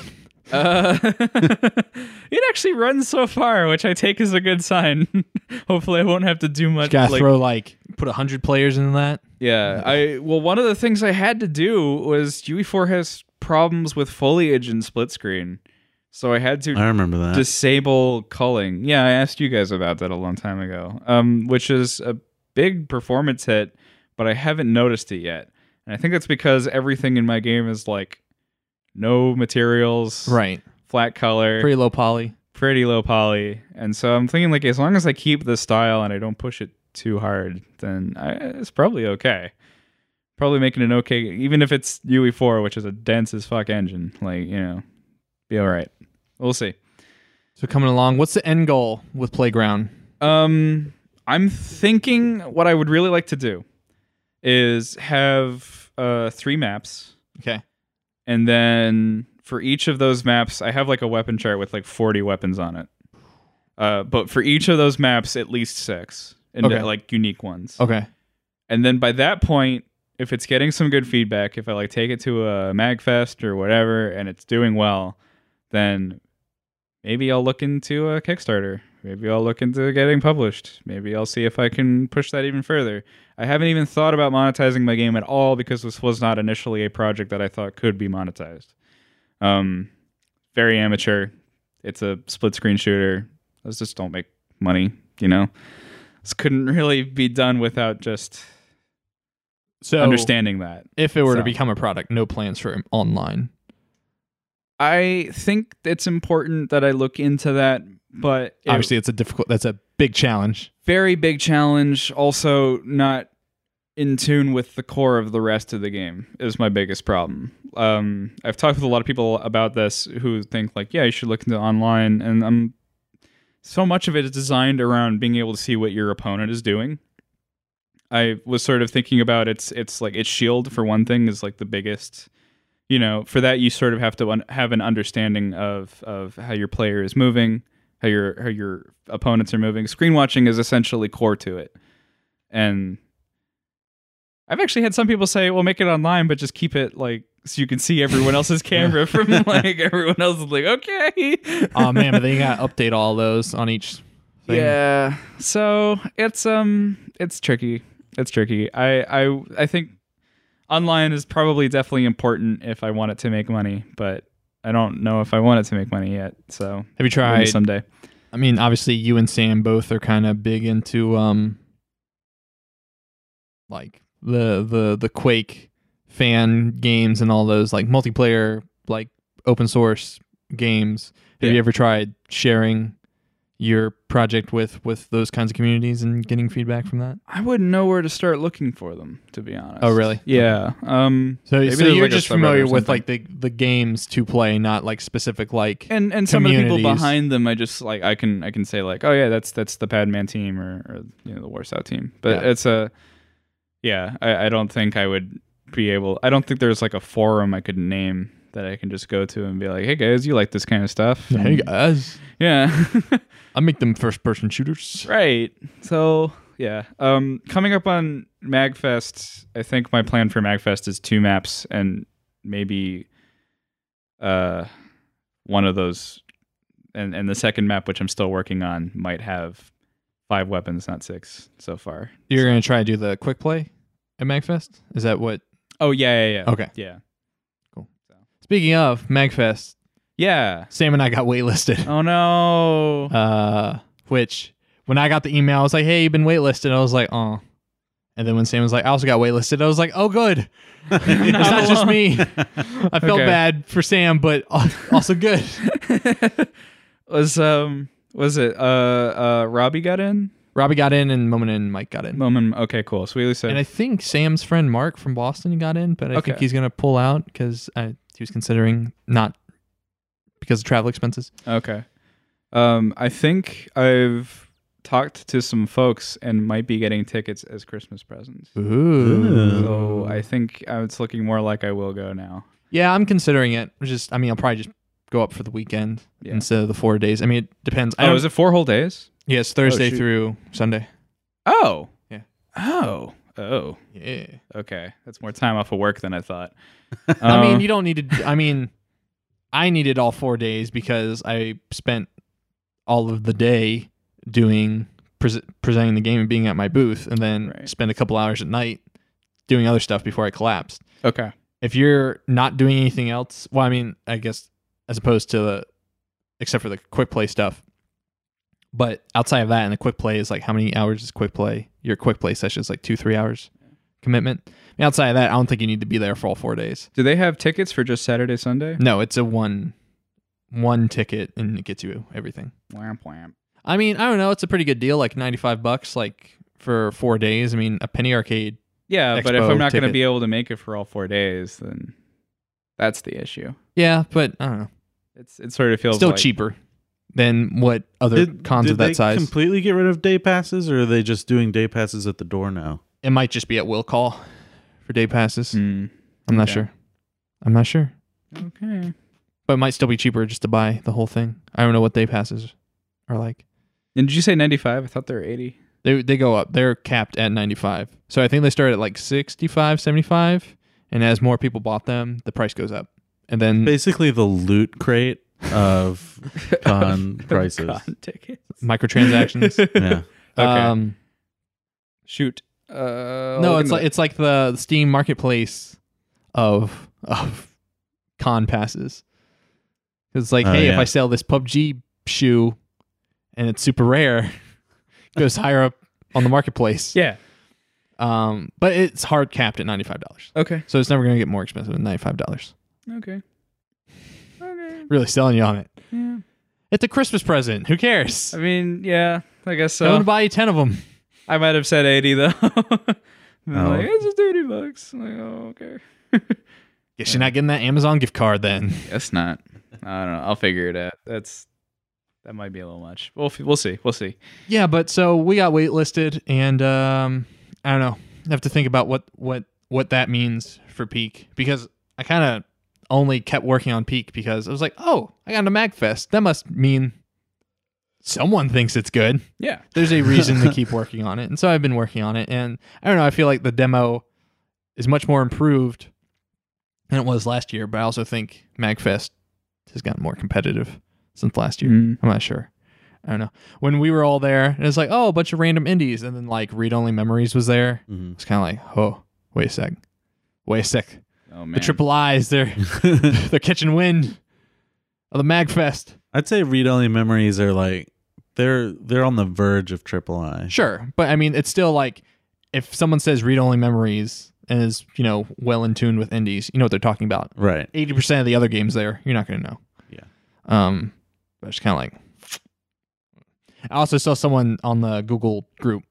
Uh, it actually runs so far, which I take as a good sign. Hopefully, I won't have to do much. Gotta like- throw like put hundred players in that. yeah, I well, one of the things I had to do was UE4 has problems with foliage and split screen, so I had to I remember that. disable culling. Yeah, I asked you guys about that a long time ago, um, which is a big performance hit, but I haven't noticed it yet. And I think that's because everything in my game is like no materials, Right. flat color, pretty, Pretty low poly. low poly. And so I'm thinking like as long as I keep this style and I don't push it too hard, then I, it's probably okay. Probably making an okay, even if it's UE4, which is a dense as fuck engine. Like you know, be all right. We'll see. So coming along, what's the end goal with Playground? Um, I'm thinking what I would really like to do is have uh, three maps, Okay. and then for each of those maps, I have like a weapon chart with like 40 weapons on it. Uh, but for each of those maps, at least six, and Okay. uh, like unique ones. Okay. And then by that point, if it's getting some good feedback, if I like take it to a magfest or whatever, and it's doing well, then maybe I'll look into a Kickstarter. Maybe I'll look into getting published. Maybe I'll see if I can push that even further. I haven't even thought about monetizing my game at all because this was not initially a project that I thought could be monetized. Um, very amateur. It's a split screen shooter. Those just don't make money, you know. This couldn't really be done without just So understanding that. if it were So. to become a product, no plans for online. I think it's important that I look into that, but it- Obviously, it's a difficult. That's a big challenge. very big challenge. Also, not in tune with the core of the rest of the game is my biggest problem. Um, I've talked with a lot of people about this who think like, yeah, you should look into online, and I'm so much of it is designed around being able to see what your opponent is doing. I was sort of thinking about it's it's like its shield E for one thing is like the biggest. You know, for that you sort of have to un- have an understanding of of how your player is moving, how your how your opponents are moving. Screen watching is essentially core to it, and I've actually had some people say, "Well, make it online, but just keep it like so you can see everyone else's camera from like everyone else." Is like, okay, Oh man, but then you gotta update all those on each. Thing. yeah. So it's um it's tricky. It's tricky. I I I think online is probably definitely important if I want it to make money, but I don't know if I want it to make money yet. So Have you maybe tried? someday. I mean, obviously, you and Sam both are kind of big into um, like the the the Quake fan games and all those like multiplayer like open source games. Have Yeah. you ever tried sharing your project with with those kinds of communities and getting feedback from that? I wouldn't know where to start looking for them, to be honest. Oh, really? Yeah. Um So, maybe so there's, you're like, a just subreddit or familiar with something. like the the games to play, not like specific like. and and some of the people communities. behind them I just like I can I can say like, Oh yeah, that's that's the Padman team or, or you know, the Warsaw team. But Yeah. it's a yeah, I, I don't think I would be able I don't think there's like a forum I could name that I can just go to and be like, Hey guys, you like this kind of stuff? Hey guys, Yeah. I make them first person shooters. Right. So yeah. Um, coming up on Magfest, I think my plan for Magfest is two maps and maybe uh one of those and, and the second map which I'm still working on might have five weapons, not six so far. You're gonna try to do the quick play at Magfest? Is that what? Oh yeah, yeah, yeah. Okay. Yeah. Speaking of Magfest, Yeah. Sam and I got waitlisted. Oh no. Uh, which when I got the email, I was like, "Hey, you've been waitlisted." I was like, "Oh." And then when Sam was like, "I also got waitlisted," I was like, "Oh, good. It's not just me." I felt Okay. bad for Sam, but al- also good. was um was it uh uh Robbie got in? Robbie got in, and Moment and Mike got in. Moment okay, cool. So we at least And I said think Sam's friend Mark from Boston got in, but I think Okay. he's gonna pull out because he was considering not because of travel expenses. Okay. Um, I think I've talked to some folks and might be getting tickets as Christmas presents. Ooh. So I think uh, it's looking more like I will go now. Yeah, I'm considering it. It's Just, I mean, I'll probably just go up for the weekend Yeah. instead of the four days. I mean, it depends. I Oh, don't- is it four whole days? yes, Thursday shoot. through Sunday. Oh. Yeah. Oh. Oh, Yeah. okay. That's more time off of work than I thought. I mean, Um, you don't need to. I mean, I needed all four days because I spent all of the day doing pres presenting the game and being at my booth, and then Right. spent a couple hours at night doing other stuff before I collapsed. okay. If you're not doing anything else, well, I mean, I guess as opposed to the, except for the quick play stuff. But outside of that, and the quick play is like how many hours is quick play? Your quick play session is like two, three hours commitment. And outside of that, I don't think you need to be there for all four days. Do they have tickets for just Saturday, Sunday? No, it's a one one ticket and it gets you everything. Wham, wham. I mean, I don't know, it's a pretty good deal, like ninety five bucks like for four days. I mean, a penny arcade. Yeah, but if Expo I'm not going to ticket. be able to make it for all four days, then that's the issue. Yeah, but I don't know. It's it sort of feels Still like- cheaper than what other cons of did that they size. completely get rid of day passes, or are they just doing day passes at the door now? it might just be at will call for day passes. Mm. I'm not okay. sure. I'm not sure. Okay. But it might still be cheaper just to buy the whole thing. I don't know what day passes are like. And did you say 95? I thought they were 80. They they go up. They're capped at 95. So I think they start at like 65, 75, and as more people bought them, the price goes up. And then Basically, the loot crate of con prices. Con tickets. microtransactions. Yeah, Okay. Um Shoot. Uh, no, look it's into like it's like the Steam marketplace of of con passes. It's like, Oh, hey, if yeah. I sell this PUBG shoe and it's super rare, it goes higher up on the marketplace. Yeah. Um but it's hard capped at $95. Okay. So it's never going to get more expensive than $95. Okay. Okay. Really selling you on it. Yeah. It's a Christmas present. Who cares? I mean, yeah. I guess I'm going so. to buy you 10 of them. I might have said 80 though. I'm Oh. like, it's just 80 bucks. I'm like, oh, okay. Guess you're not getting that Amazon gift card then. Guess not. I don't know. I'll figure it out. That's that might be a little much. We'll f- we'll see. We'll see. Yeah, but so we got waitlisted, and um, I don't know. I have to think about what what what that means for peak because I kind of only kept working on peak because I was like, oh, I got into Magfest. That must mean someone thinks it's good. Yeah. There's a reason to keep working on it, and so I've been working on it. And I don't know. I feel like the demo is much more improved than it was last year, but I also think Magfest has gotten more competitive since last year. Mm. I'm not sure. I don't know. When we were all there, it was like, oh, a bunch of random indies, and then like Read Only Memories was there. Mhm. It's kind of like, oh, wait a sec, wait a sec. Oh man. The triple I's, they're they're catching wind of the Magfest. I'd say read-only memories are like they're they're on the verge of triple I. Sure, but I mean, it's still like if someone says Read Only Memories and is you know well in tune with indies, you know what they're talking about. Right. Eighty percent of the other games there, you're not gonna know. Yeah. Um, but it's kind of like. I also saw someone on the Google group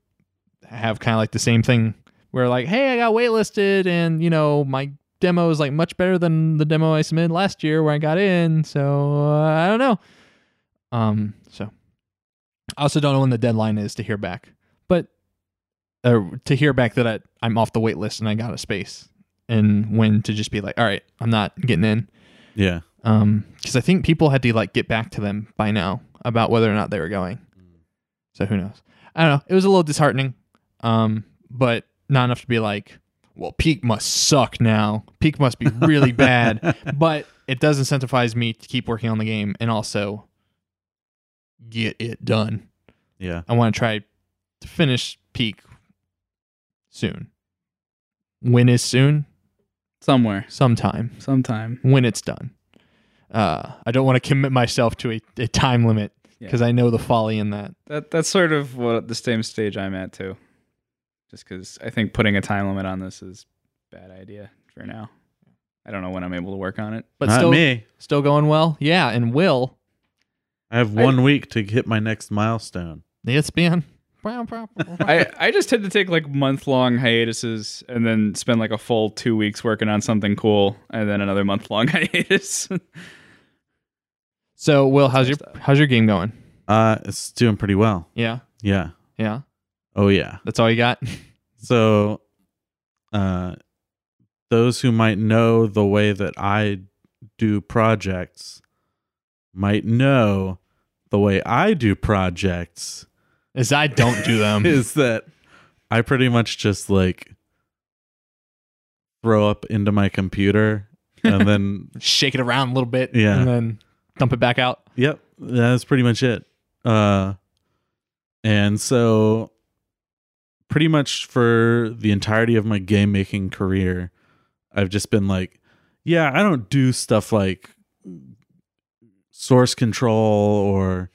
have kind of like the same thing where like, hey, I got waitlisted, and you know my demo is like much better than the demo I submitted last year where I got in. So uh, I don't know. Um, so I also don't know when the deadline is to hear back, but uh, to hear back that I, I'm off the waitlist and I got a space, and when to just be like, all right, I'm not getting in Yeah. um because i think people had to like get back to them by now about whether or not they were going so who knows i don't know it was a little disheartening um but not enough to be like well peak must suck now peak must be really bad but it does incentivize me to keep working on the game and also get it done Yeah. i want to try to finish peak soon when is soon Somewhere. sometime Sometime. when it's done. Uh, I don't want to commit myself to a, a time limit because I know the folly in that. That that's sort of what the same stage I'm at too. Just because I think putting a time limit on this is a bad idea for now. I don't know when I'm able to work on it. But Not still, me. still going well. Yeah, and will I have one week to hit my next milestone. it's been. I, I just tend to take like month long hiatuses and then spend like a full two weeks working on something cool and then another month long hiatus. so, Will, how's your how's your game going? Uh, it's doing pretty well. Yeah, Yeah. yeah. Oh yeah. That's all you got. So, uh, those who might know the way that I do projects might know the way I do projects Is I don't do them. is that I pretty much just like throw up into my computer and then Shake it around a little bit, Yeah. and then dump it back out. Yep, that's pretty much it. Uh, and so, pretty much for the entirety of my game making career, I've just been like, yeah, I don't do stuff like source control or,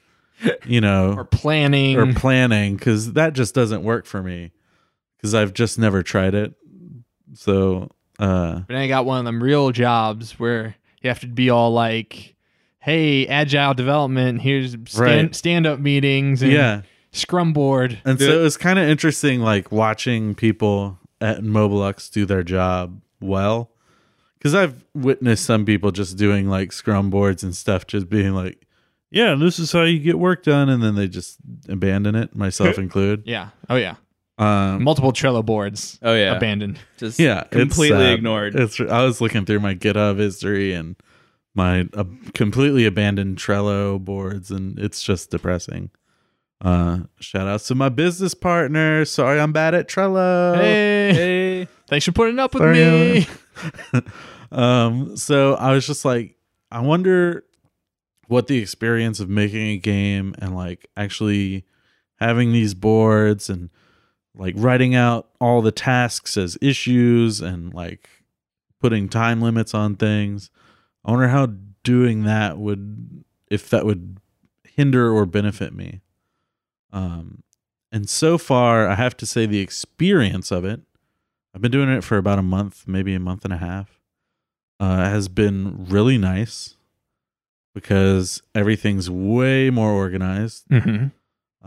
you know, Or planning. or planning because that just doesn't work for me because I've just never tried it. So, uh, But then I got one of them real jobs where you have to be all like, "Hey, agile development. Here's stand, Right. stand-up meetings and yeah. scrum board." And Do so it. it was kind of interesting, like watching people at Mobilux do their job well, because I've witnessed some people just doing like scrum boards and stuff, just being like, "Yeah, this is how you get work done," and then they just abandon it, myself included. Yeah. Oh yeah. Um, Multiple Trello boards Oh yeah, abandoned. just yeah, it's completely sad. ignored. It's. I was looking through my GitHub history and my uh, completely abandoned Trello boards, and it's just depressing. Uh, shout outs to my business partner. Sorry, I'm bad at Trello. Hey. Hey. Thanks for putting up with Sorry, me. um so i was just like i wonder what the experience of making a game and like actually having these boards and like writing out all the tasks as issues and like putting time limits on things i wonder how doing that would if that would hinder or benefit me um and so far i have to say the experience of it I've been doing it for about a month, maybe a month and a half. Uh, it has been really nice because everything's way more organized. mm-hmm.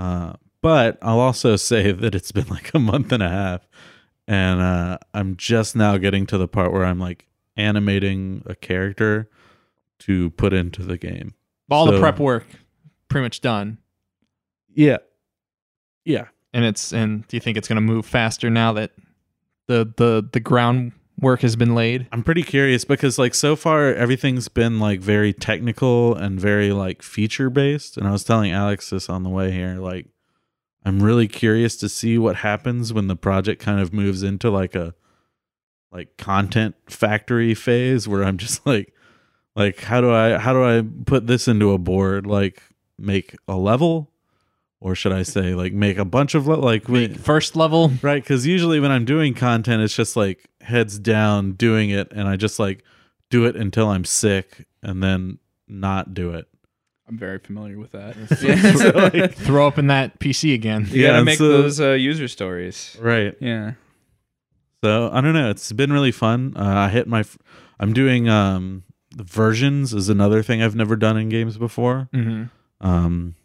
Uh, but I'll also say that it's been like a month and a half, and uh, I'm just now getting to the part where I'm like animating a character to put into the game. All the So- prep work pretty much done. Yeah, yeah. And it's and do you think it's going to move faster now that the the the groundwork has been laid? I'm pretty curious because like so far everything's been like very technical and very like feature based and I was telling Alex this on the way here like I'm really curious to see what happens when the project kind of moves into like a like content factory phase where I'm just like like how do I how do I put this into a board like make a level or should I say like make a bunch of le- like we, First level. Right, because usually when I'm doing content, it's just like heads down doing it, and I just like do it until I'm sick, and then not do it. I'm very familiar with that. Yeah. Throw up in that PC again. you Yeah, gotta and make so- those uh, user stories. Right. Yeah. So I don't know. It's been really fun. Uh, I hit my. F- I'm doing um versions is another thing I've never done in games before. Mm-hmm. Um,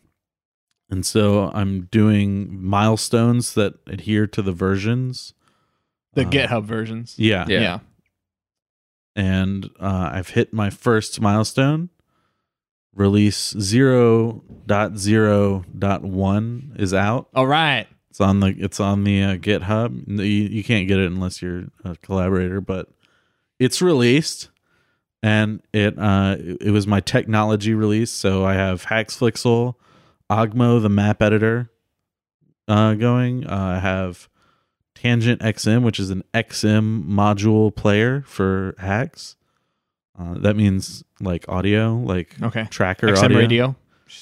and so I'm doing milestones that adhere to the versions. The Uh, GitHub versions. Yeah. Yeah. yeah. and uh, I've hit my first milestone. Release 0.0.1 is out. All right. It's on the it's on the uh, GitHub. You, you can't get it unless you're a collaborator, but it's released and it uh it it was my technology release, so I have Haxflixel, Ogmo the map editor uh going. Uh, I have Tangent XM, which is an XM module player for hacks. Uh, that means like audio, like Okay. tracker XM audio Mm. radio.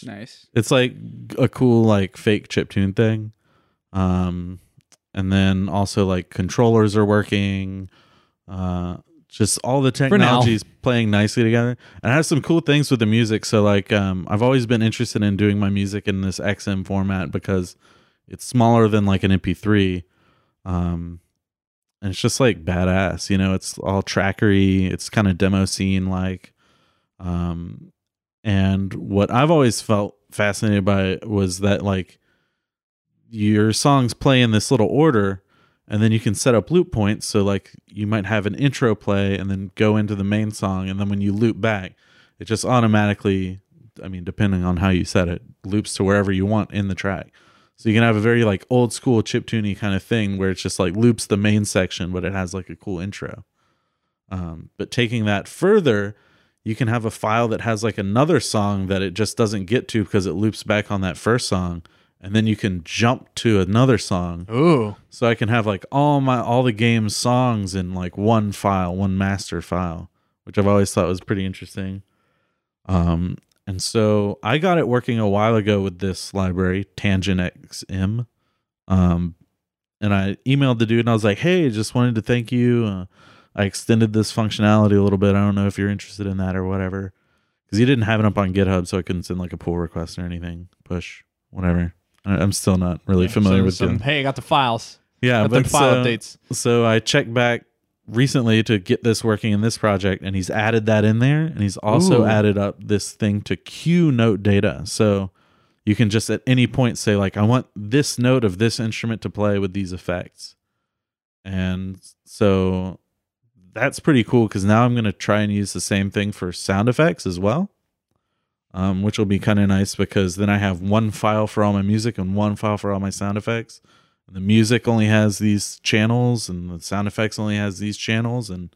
Nice. it's like a cool like fake chiptune thing um and then also like controllers are working uh just all the now. technologies playing nicely together and i have some cool things with the music so like um i've always been interested in doing my music in this xm format because it's smaller than like an mp3 um and it's just like badass you know it's all trackery it's kind of demo scene like um and what i've always felt fascinated by was that like your songs play in this little order and then you can set up loop points so like you might have an intro play and then go into the main song and then when you loop back it just automatically i mean depending on how you set it loops to wherever you want in the track so you can have a very like old school chiptune kind of thing where it's just like loops the main section but it has like a cool intro um, but taking that further you can have a file that has like another song that it just doesn't get to because it loops back on that first song and then you can jump to another song. Ooh. So I can have like all my all the game songs in like one file, one master file, which I've always thought was pretty interesting. Um, and so I got it working a while ago with this library, Tangent XM. Um, and I emailed the dude and I was like, hey, just wanted to thank you. Uh, I extended this functionality a little bit. I don't know if you're interested in that or whatever. Because he didn't have it up on GitHub, so I couldn't send like a pull request or anything, push, whatever. I- I'm still not really familiar with some, GitHub. Hey, I got the files. Yeah, Got them but file so- updates. So I checked back recently to get this working in this project, and he's added that in there, and he's also Ooh. added up this thing to queue note data. So you can just at any point say like, I want this note of this instrument to play with these effects, and so that's pretty cool because now I'm going to try and use the same thing for sound effects as well. Um, which will be kind of nice because then I have one file for all my music and one file for all my sound effects the music only has these channels and the sound effects only has these channels and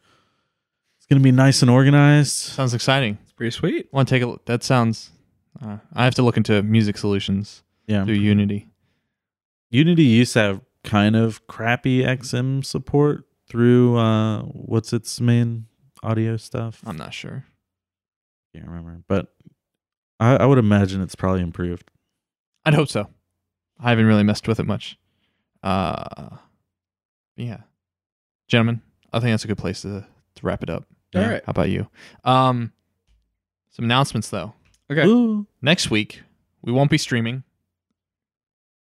it's going to be nice and organized Sounds exciting. It's pretty sweet. Want to take a look? That sounds. Uh, I have to look into music solutions Um, yeah through Unity. unity used to have kind of crappy xm support through uh what's its main audio stuff i I'm not sure. can't remember but i, I would imagine it's probably improved I'd hope so. I haven't really messed with it much. Uh, yeah, gentlemen, I think that's a good place to to wrap it up. Yeah. All right. How about you? Um, some announcements though. Okay. Ooh. Next week we won't be streaming,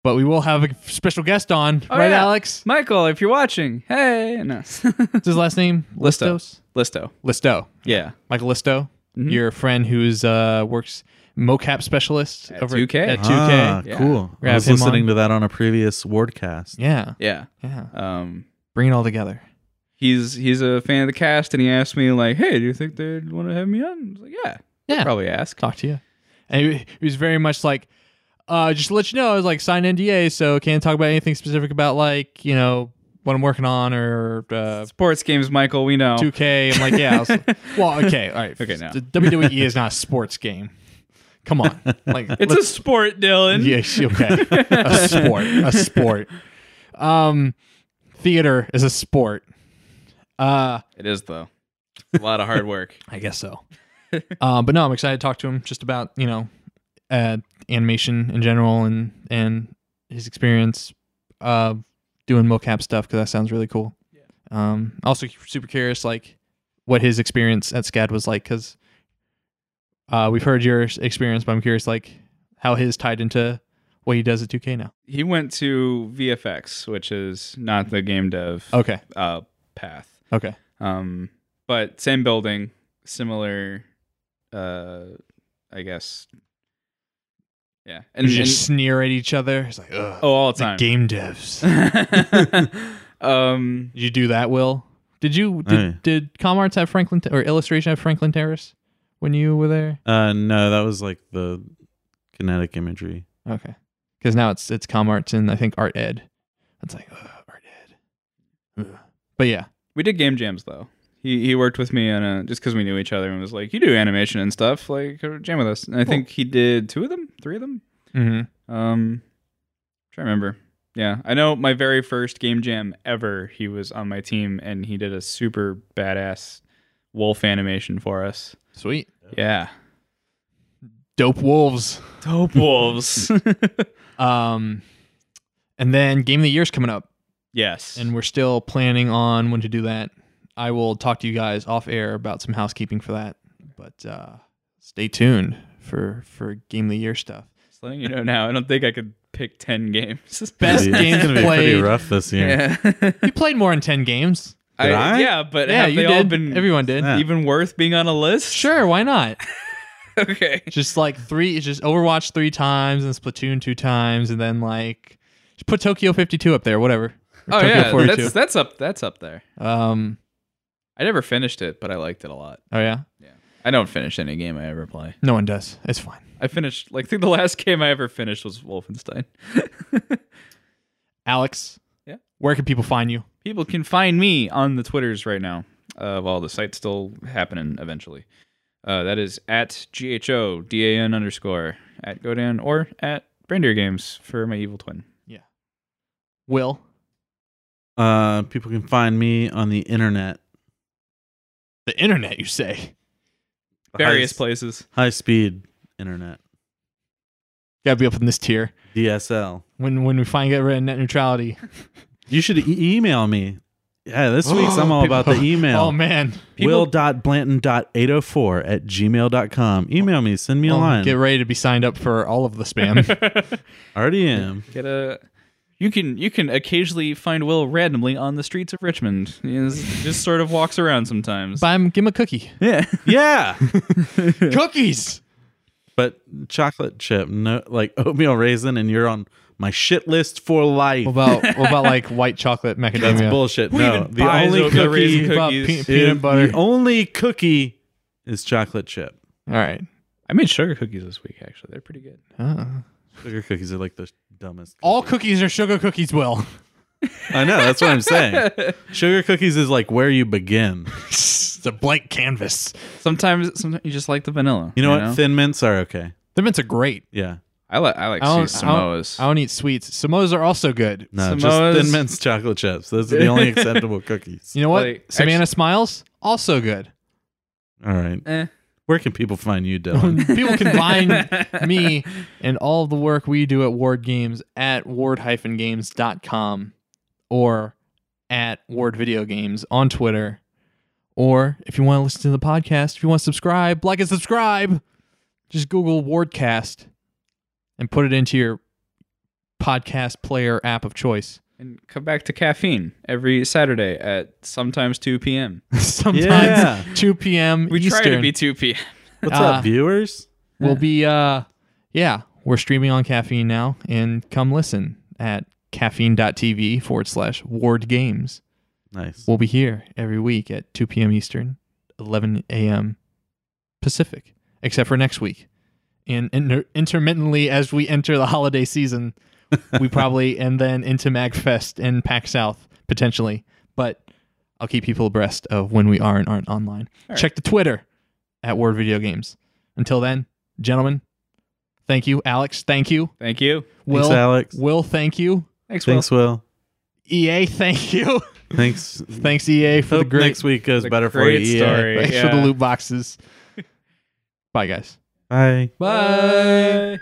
but we will have a special guest on, Oh, right, yeah. Alex? Michael, if you're watching, hey. No. What's his last name? Listo. Listos. Listo. Listo. Yeah. Michael Listo, Mhm. your friend who's uh works mocap specialist At over 2K. at 2K. Ah, Yeah. cool Grab i was him listening on. to that on a previous wardcast Yeah, Yeah. yeah. Um, Bring it all together. he's he's a fan of the cast, and he asked me like, "Hey, do you think they'd want to have me on?" I was like, "Yeah, Yeah. probably ask." talk to you. And he, he was very much like, uh, just to let you know, I was like signed NDA, so can't talk about anything specific about like you know what I'm working on or uh, Sports games, Michael. We know. 2K. I'm like, yeah. I was like, well, okay, all right. Okay, now. The WWE is not a sports game. Come on, like It's a sport, Dylan. yes, okay, a sport, a sport. Um, theater is a sport. Uh, It is though. It's a lot of hard work. I guess so. um, but no, I'm excited to talk to him just about you know uh, animation in general and and his experience uh, doing mocap stuff because that sounds really cool. Um, also super curious like what his experience at SCAD was like because uh, we've heard your s- experience, but I'm curious like how his tied into what he does at 2K now. he went to VFX, which is not the game dev Okay, uh, path. okay, Um, but same building, similar, uh, I guess. Yeah, and and, just and sneer at each other. It's like, Ugh, oh, all the time. game devs. um, Did you do that, Will? Did you did, Hey. did ComArts have Franklin or illustration have Franklin Terrace when you were there? uh no that was like the kinetic imagery Okay, because now it's it's ComArts and I think Art Ed. It's like ugh, Art Ed. Ugh. But yeah, we did game jams though. He he worked with me on a just because we knew each other and was like, you do animation and stuff, like jam with us. And I Cool. think he did two of them, three of them. mm-hmm. Um, try to remember. Yeah, I know my very first game jam ever. He was on my team, and he did a super badass wolf animation for us. sweet, Yeah, dope wolves. dope wolves. Um, and then game of the year's coming up, yes, and we're still planning on when to do that. I will talk to you guys off air about some housekeeping for that, but uh, stay tuned for for game of the year stuff. just letting you know now. I don't think I could pick ten games. Best Dude, games it's gonna be pretty played. rough this year Yeah, You played more than ten games. I, I? yeah, but Yeah, have you they did. all been Everyone did. Yeah. even worth being on a list? Sure, why not? Okay. just like three, just Overwatch three times and Splatoon two times, and then like just put Tokyo fifty two up there, whatever. Or Oh Tokyo yeah, 42. that's that's up that's up there. um. I never finished it, but I liked it a lot. Oh yeah, I don't finish any game I ever play. no one does. It's fine. I finished like I think the last game I ever finished was Wolfenstein. Alex. Yeah? Where can people find you? People can find me on the Twitters right now. Uh, while the site's still happening eventually. Uh, that is at G H O D A N underscore at Godan or at Reindeer games for my evil twin. Will, Uh, people can find me on the internet. the internet, you say? Various high, places. high speed internet. Gotta be up in this tier. DSL. When when we finally get rid of net neutrality. You should e- email me. Yeah, this week's I'm all about the Oh email. man. People- Will.blanton.804 at gmail.com. Email me. Send me a Well, line. Oh, Get ready to be signed up for all of the spam. Already am. Get a. You can you can occasionally find Will randomly on the streets of Richmond. He is- just sort of walks around sometimes. Buy him, give him a cookie. Yeah. Yeah. Cookies. but chocolate chip, no, like oatmeal raisin, and you're on my shit list for life. What about what about like white chocolate macadamia? That's bullshit. No, even Oh, the buys only oatmeal cookie, raisin What about Cookies. pe- is- peanut butter. The only cookie is chocolate chip. All right. I made sugar cookies this week. Actually, they're pretty good. Uh, Sugar cookies are like the dumbest. all cookies are sugar cookies, Will. I know. That's what I'm saying. Sugar cookies is like where you begin. it's a blank canvas. Sometimes, sometimes you just like the vanilla. You know what? Thin mints are okay. The mints are great. Yeah. I like I like I don't, cheese I don't- Samoas. I don't eat sweets. Samoas are also good. No, Samoas. just thin mints chocolate chips. Those are the only acceptable cookies. You know what? Like, Savannah Smiles also good. All right. Eh. Where can people find you, Dylan? People can find me and all the work we do at Ward Games at ward-games.com or at Ward Video Games on Twitter. Or if you want to listen to the podcast, if you want to subscribe, like and subscribe, just Google Wardcast and put it into your podcast player app of choice. And come back to caffeine every Saturday at sometimes 2 p.m. Sometimes Yeah. 2 p.m. We Eastern. try to be 2 p.m. What's Uh, up, viewers? We'll be uh yeah, we're streaming on caffeine now and come listen at caffeine.tv forward slash ward games. Nice. We'll be here every week at two PM Eastern, eleven AM Pacific. Except for next week. And inter- intermittently as we enter the holiday season, we probably and then into MagFest and Pack South potentially. But I'll keep people abreast of when we are and aren't online. All Check the Twitter at Word Video Games. Until then, gentlemen, thank you, Alex. Thank you, Thank you. Will. Thanks, Alex. Will, thank you. Thanks, Will. Thanks, Will. EA, thank you. Thanks. Thanks, EA, for the Hope great, next week goes the better for great you. EA. story. thanks Yeah. for the loot boxes. Bye, guys. Bye. Bye.